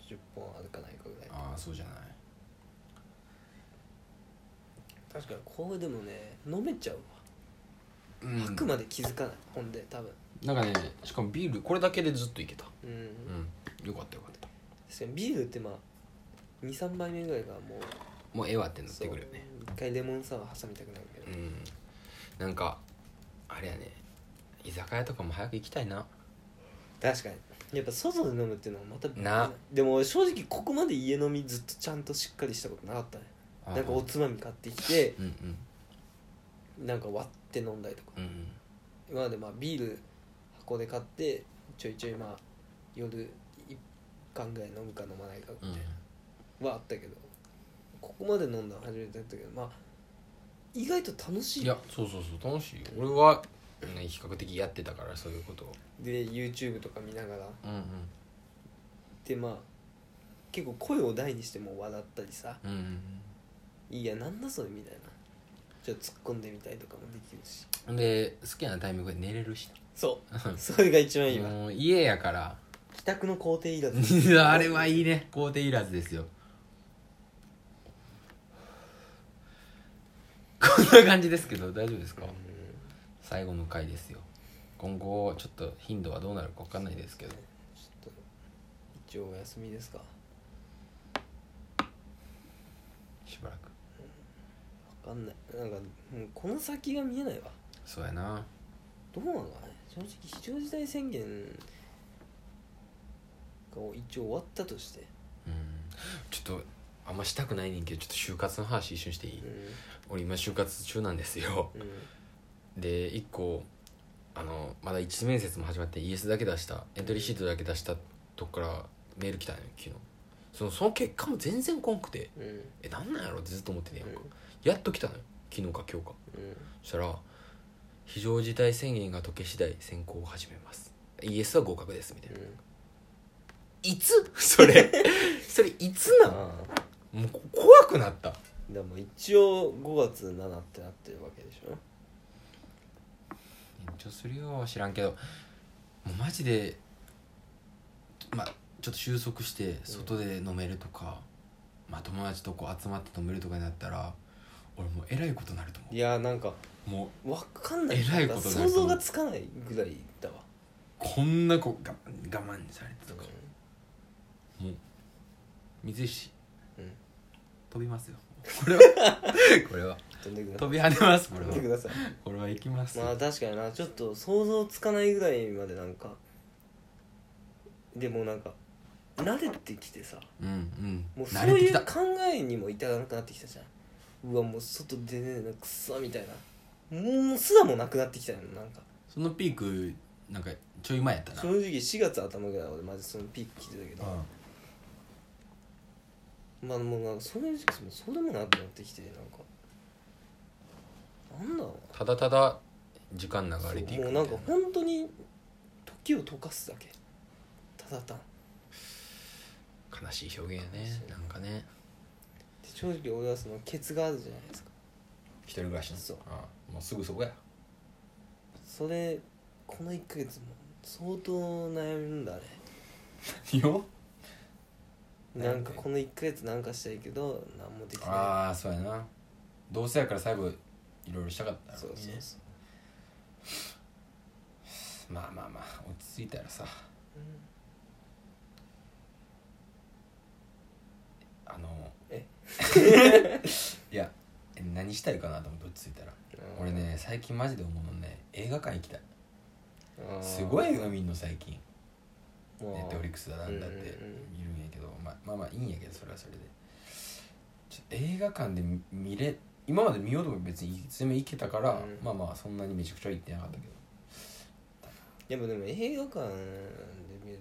[SPEAKER 2] 10本あるかないかぐらい
[SPEAKER 8] ああそうじゃない
[SPEAKER 2] 確かにこれでもね飲めちゃうわ
[SPEAKER 1] うん
[SPEAKER 2] 吐くまで気づかない、ほんで多分
[SPEAKER 1] なんかねしかもビールこれだけでずっといけた
[SPEAKER 2] うん、
[SPEAKER 1] うんよかったよかった
[SPEAKER 2] 確かにビールってまあ23杯目ぐらいがもう
[SPEAKER 1] もうええわってなっ
[SPEAKER 2] そ
[SPEAKER 1] て
[SPEAKER 2] う
[SPEAKER 1] くるよね
[SPEAKER 2] 一回レモンサワー挟みたくなるけど、
[SPEAKER 1] うんなんかあれやね居酒屋とかも早く行きたいな
[SPEAKER 2] 確かにやっぱ外で飲むっていうのはまた
[SPEAKER 1] な
[SPEAKER 2] でも俺正直ここまで家飲みずっとちゃんとしっかりしたことなかったね
[SPEAKER 1] あー
[SPEAKER 2] なんかおつまみ買ってきて
[SPEAKER 1] うんうん
[SPEAKER 2] なんか割って飲んだりとか
[SPEAKER 1] うんうん
[SPEAKER 2] 今までまあビール箱で買ってちょいちょいまあ夜1缶ぐらい飲むか飲まないかみたいなはあったけどここまで飲んだの初めてだったけどまあ意外と楽し
[SPEAKER 1] い
[SPEAKER 2] い
[SPEAKER 1] やそうそうそう楽しいよ俺は、ね、比較的やってたからそういうことを
[SPEAKER 2] で YouTube とか見ながら
[SPEAKER 1] うん
[SPEAKER 2] でまあ結構声を大にしても笑ったりさ
[SPEAKER 1] うんうん
[SPEAKER 2] 「いやなんだそれ」みたいなちょっと突っ込んでみたりとかもできるし
[SPEAKER 1] うんで好きなタイミングで寝れるし
[SPEAKER 2] そうそれが一番いい
[SPEAKER 1] *laughs*
[SPEAKER 2] わ
[SPEAKER 1] もう家やから *laughs*
[SPEAKER 2] 帰宅の工程いらず
[SPEAKER 1] あれはいいね工程いらずですよこんな感じですけど大丈夫ですか、最後の回ですよ今後ちょっと頻度はどうなるか分かんないですけど
[SPEAKER 2] ちょっと一応お休みですか
[SPEAKER 1] しばらく
[SPEAKER 2] わかんないなんかもうこの先が見えないわ
[SPEAKER 1] そうやな
[SPEAKER 2] どうなのかね正直非常事態宣言が一応終わったとして、
[SPEAKER 1] うんちょっとあんましたくないねんけどちょっと就活の話一緒にしていい、
[SPEAKER 2] う
[SPEAKER 1] 俺今就活中なんですよ
[SPEAKER 2] んうん、
[SPEAKER 1] で1個あのまだ1次面接も始まってイエスだけ出したエントリーシートだけ出したとこからメール来たのよ昨日そのその結果も全然こんくて
[SPEAKER 2] うんうん
[SPEAKER 1] えなんなんやろってずっと思ってねやんか、やっと来たのよ昨日か今日か
[SPEAKER 2] うん
[SPEAKER 1] そしたら「非常事態宣言が解け次第選考を始めますイエスは合格です」みたいな、いつそれ *laughs* それいつなん
[SPEAKER 2] ああ
[SPEAKER 1] もうこ怖くなった
[SPEAKER 2] でも一応5月7ってなってるわけでしょ
[SPEAKER 1] 延長するよ知らんけどもうマジでまあちょっと収束して外で飲めるとか、まあ友達とこう集まって飲めるとかになったら俺もうえらいことになると思
[SPEAKER 2] いやーなんか
[SPEAKER 1] うもう
[SPEAKER 2] わかんない
[SPEAKER 1] えらいことだよ
[SPEAKER 2] 想像がつかないぐらいだわ、
[SPEAKER 1] こんなこう我慢我慢されて
[SPEAKER 2] う
[SPEAKER 1] と
[SPEAKER 2] ん
[SPEAKER 1] か、もう水石
[SPEAKER 2] うん、
[SPEAKER 1] 飛びますよこれは *laughs* これは
[SPEAKER 2] 飛んでくださ
[SPEAKER 1] 飛び跳ねますこ
[SPEAKER 2] い
[SPEAKER 1] れ
[SPEAKER 2] 飛ん
[SPEAKER 1] は
[SPEAKER 2] でください
[SPEAKER 1] これは行きますよ
[SPEAKER 2] まあ確かになちょっと想像つかないぐらいまでなんかでもなんか慣れてきてさ
[SPEAKER 1] うんうん
[SPEAKER 2] もうそ
[SPEAKER 1] 慣
[SPEAKER 2] う
[SPEAKER 1] れてき
[SPEAKER 2] いう
[SPEAKER 1] た
[SPEAKER 2] 考えにも至らなくなってきたじゃんうわもう外出ねえなくっさみたいなもうすらもなくなってきたよなんか
[SPEAKER 1] そのピークなんかちょい前やったな
[SPEAKER 2] 正直4月頭ぐらい俺マジそのピーク聞いてたけど、まあもうなんかそういう時期もそうでもなくなってきてなんかなんだろう
[SPEAKER 1] ただただ時間流
[SPEAKER 2] な
[SPEAKER 1] れていく
[SPEAKER 2] もう
[SPEAKER 1] み
[SPEAKER 2] な
[SPEAKER 1] たい
[SPEAKER 2] んか本当に時を溶かすだけただ単
[SPEAKER 1] 悲しい表現やねなんかね
[SPEAKER 2] で正直俺はそのケツがあるじゃないですか
[SPEAKER 9] 一人暮らしの
[SPEAKER 2] そう
[SPEAKER 9] ああもうすぐそこや
[SPEAKER 2] それこの1ヶ月も相当悩むんだあれ
[SPEAKER 9] よ悩んで
[SPEAKER 2] なんかこの1ヶ月なんかしたいけど何もできな
[SPEAKER 9] ああそうやなどうせやから最後いろいろしたかっ
[SPEAKER 2] い
[SPEAKER 9] た
[SPEAKER 2] そうそうそう
[SPEAKER 9] まあまあまあ落ち着いたらさ
[SPEAKER 2] う
[SPEAKER 9] あの
[SPEAKER 2] え
[SPEAKER 9] *laughs* いやえ何したいかなと思って落ち着いたら
[SPEAKER 2] ん
[SPEAKER 9] 俺ね最近マジで思うのね映画館行きたい
[SPEAKER 2] あー
[SPEAKER 9] すごい映画見んの最近
[SPEAKER 2] もう
[SPEAKER 9] ネットフリックスだなんだって
[SPEAKER 2] うんうんうん
[SPEAKER 9] 見るんやけど、まあ、まあまあいいんやけどそれはそれでちょ映画館で見見れ今まで見ようとも別にいつでも行けたから、
[SPEAKER 2] うん
[SPEAKER 9] まあまあそんなにめちゃくちゃ行ってなかったけど
[SPEAKER 2] やっぱでも映画館で見る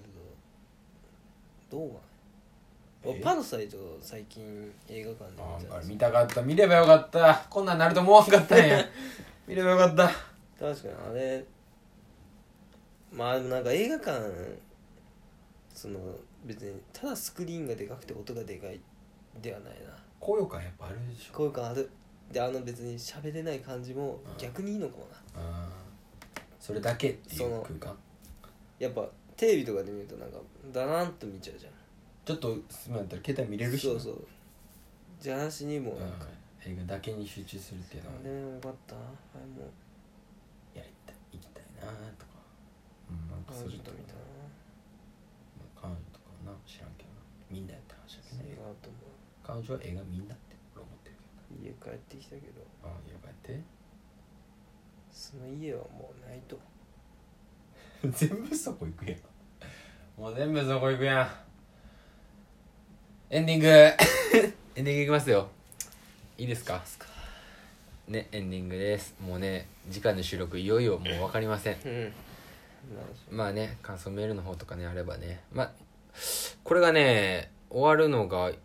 [SPEAKER 2] とどうかな
[SPEAKER 9] え
[SPEAKER 2] 俺パラサイト最近映画館で
[SPEAKER 9] あ
[SPEAKER 2] 見
[SPEAKER 9] ーあれ
[SPEAKER 2] たんです
[SPEAKER 9] 見たかった見ればよかったこんなんなると思わんかったんや見ればよかった
[SPEAKER 2] 確かにあれまあでもなんか映画館その別にただスクリーンがでかくて音がでかいではないな
[SPEAKER 9] 高揚感やっぱあるでしょ
[SPEAKER 2] こういう感あるであの別に喋れない感じも逆にいいのかもな
[SPEAKER 9] あーそれだけってい
[SPEAKER 2] そうの
[SPEAKER 9] 空間
[SPEAKER 2] やっぱテレビとかで見るとなんかだらんと見ちゃうじゃん
[SPEAKER 9] ちょっと進むんやったら携帯見れるしな
[SPEAKER 2] そうそうじゃなしにも
[SPEAKER 9] うん
[SPEAKER 2] なんか、
[SPEAKER 9] 映画だけに集中するっていうのは
[SPEAKER 2] でもよかったなはいもう
[SPEAKER 9] やりたい行きたいなとか、うん、なんか
[SPEAKER 2] 彼
[SPEAKER 9] そ
[SPEAKER 2] 女
[SPEAKER 9] れ
[SPEAKER 2] と
[SPEAKER 9] と
[SPEAKER 2] 見た
[SPEAKER 9] まあ彼
[SPEAKER 2] な
[SPEAKER 9] 女とかな知らんけどなみんなやった話だ
[SPEAKER 2] それ
[SPEAKER 9] けど
[SPEAKER 2] が
[SPEAKER 9] ね
[SPEAKER 2] あとも
[SPEAKER 9] 彼女は映画みんなって俺思ってる
[SPEAKER 2] 家帰ってきたけ
[SPEAKER 9] け
[SPEAKER 2] ど
[SPEAKER 9] どああやばいって
[SPEAKER 2] その家はもうないと
[SPEAKER 9] 全部そこ行くやんもう全部そこ行くやんエンディング *laughs* エ
[SPEAKER 1] エンディングいきますよいいですかねエンディングですもうね次回の収録いよいよもう分かりません
[SPEAKER 2] うんなんでしょ
[SPEAKER 1] まあね感想メールの方とかねあればねまあこれがね終わるのがい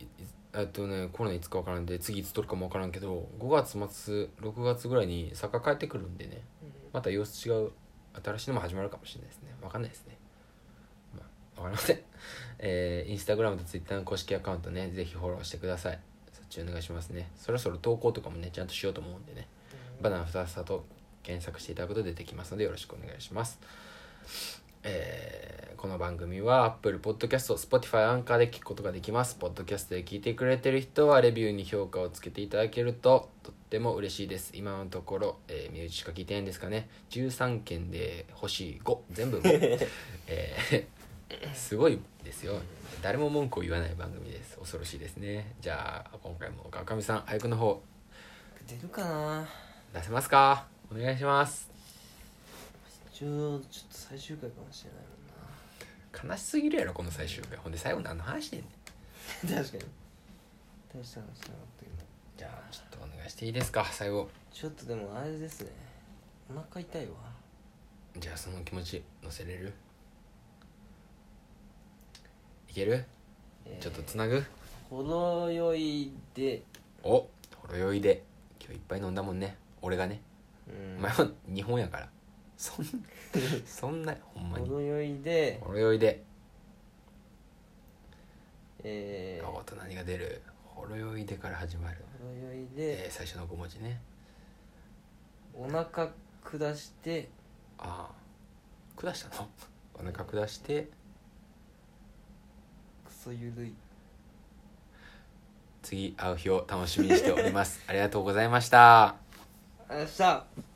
[SPEAKER 1] えっとねコロナいつか分からんで次いつ撮るかも分からんけど5月末6月ぐらいに作家帰ってくるんでね
[SPEAKER 2] う
[SPEAKER 1] また様子違う新しいのも始まるかもしれないですね分かんないですね、まあ、分かりませんえー、インスタグラムとツイッターの公式アカウントねぜひフォローしてくださいそっちお願いしますねそろそろ投稿とかもねちゃんとしようと思うんでねバナナふたふたと検索していただくと出てきますのでよろしくお願いしますえーこの番組は Apple Podcast、Spotify、アンカーで聞くことができます。Podcast で聞いてくれてる人はレビューに評価をつけていただけるととっても嬉しいです。今のところ、えー身内しか聞いてないんですかね。13件で星5、全部もう、えーすごいですよ。誰も文句を言わない番組です。恐ろしいですね。じゃあ、今回も川上さん、俳句の方
[SPEAKER 2] 出るかな
[SPEAKER 1] 出せますかお願いします。
[SPEAKER 2] 一応ちょっと最終回かもしれない
[SPEAKER 1] 悲しすぎるやろ、この最終回。ほんで最後何の話してんねん。
[SPEAKER 2] もんな *laughs* 確かに大した話しなかったけど
[SPEAKER 1] じゃあちょっとお願いしていいですか最後
[SPEAKER 2] ちょっとでもあれですねお腹痛いわ
[SPEAKER 1] じゃあその気持ち乗せれるいける、
[SPEAKER 2] えー
[SPEAKER 1] ちょっとつなぐ
[SPEAKER 2] 程よいで
[SPEAKER 1] おほろ酔いで今日いっぱい飲んだもんね俺がね、
[SPEAKER 2] うん
[SPEAKER 1] お前は日本やから
[SPEAKER 2] *laughs*
[SPEAKER 1] そんそんなほんまに
[SPEAKER 2] 程よいで
[SPEAKER 1] ほろ酔いで、
[SPEAKER 2] えー
[SPEAKER 1] おっと何が出るほろ酔いでから始まる、
[SPEAKER 2] 程よい
[SPEAKER 1] え
[SPEAKER 2] で
[SPEAKER 1] ー最初の5文字ね
[SPEAKER 2] お腹下して
[SPEAKER 1] ああ下したのお腹下して
[SPEAKER 2] クソゆるい
[SPEAKER 1] 次会う日を楽しみにしておりますありがとうございました
[SPEAKER 2] ありがとうございました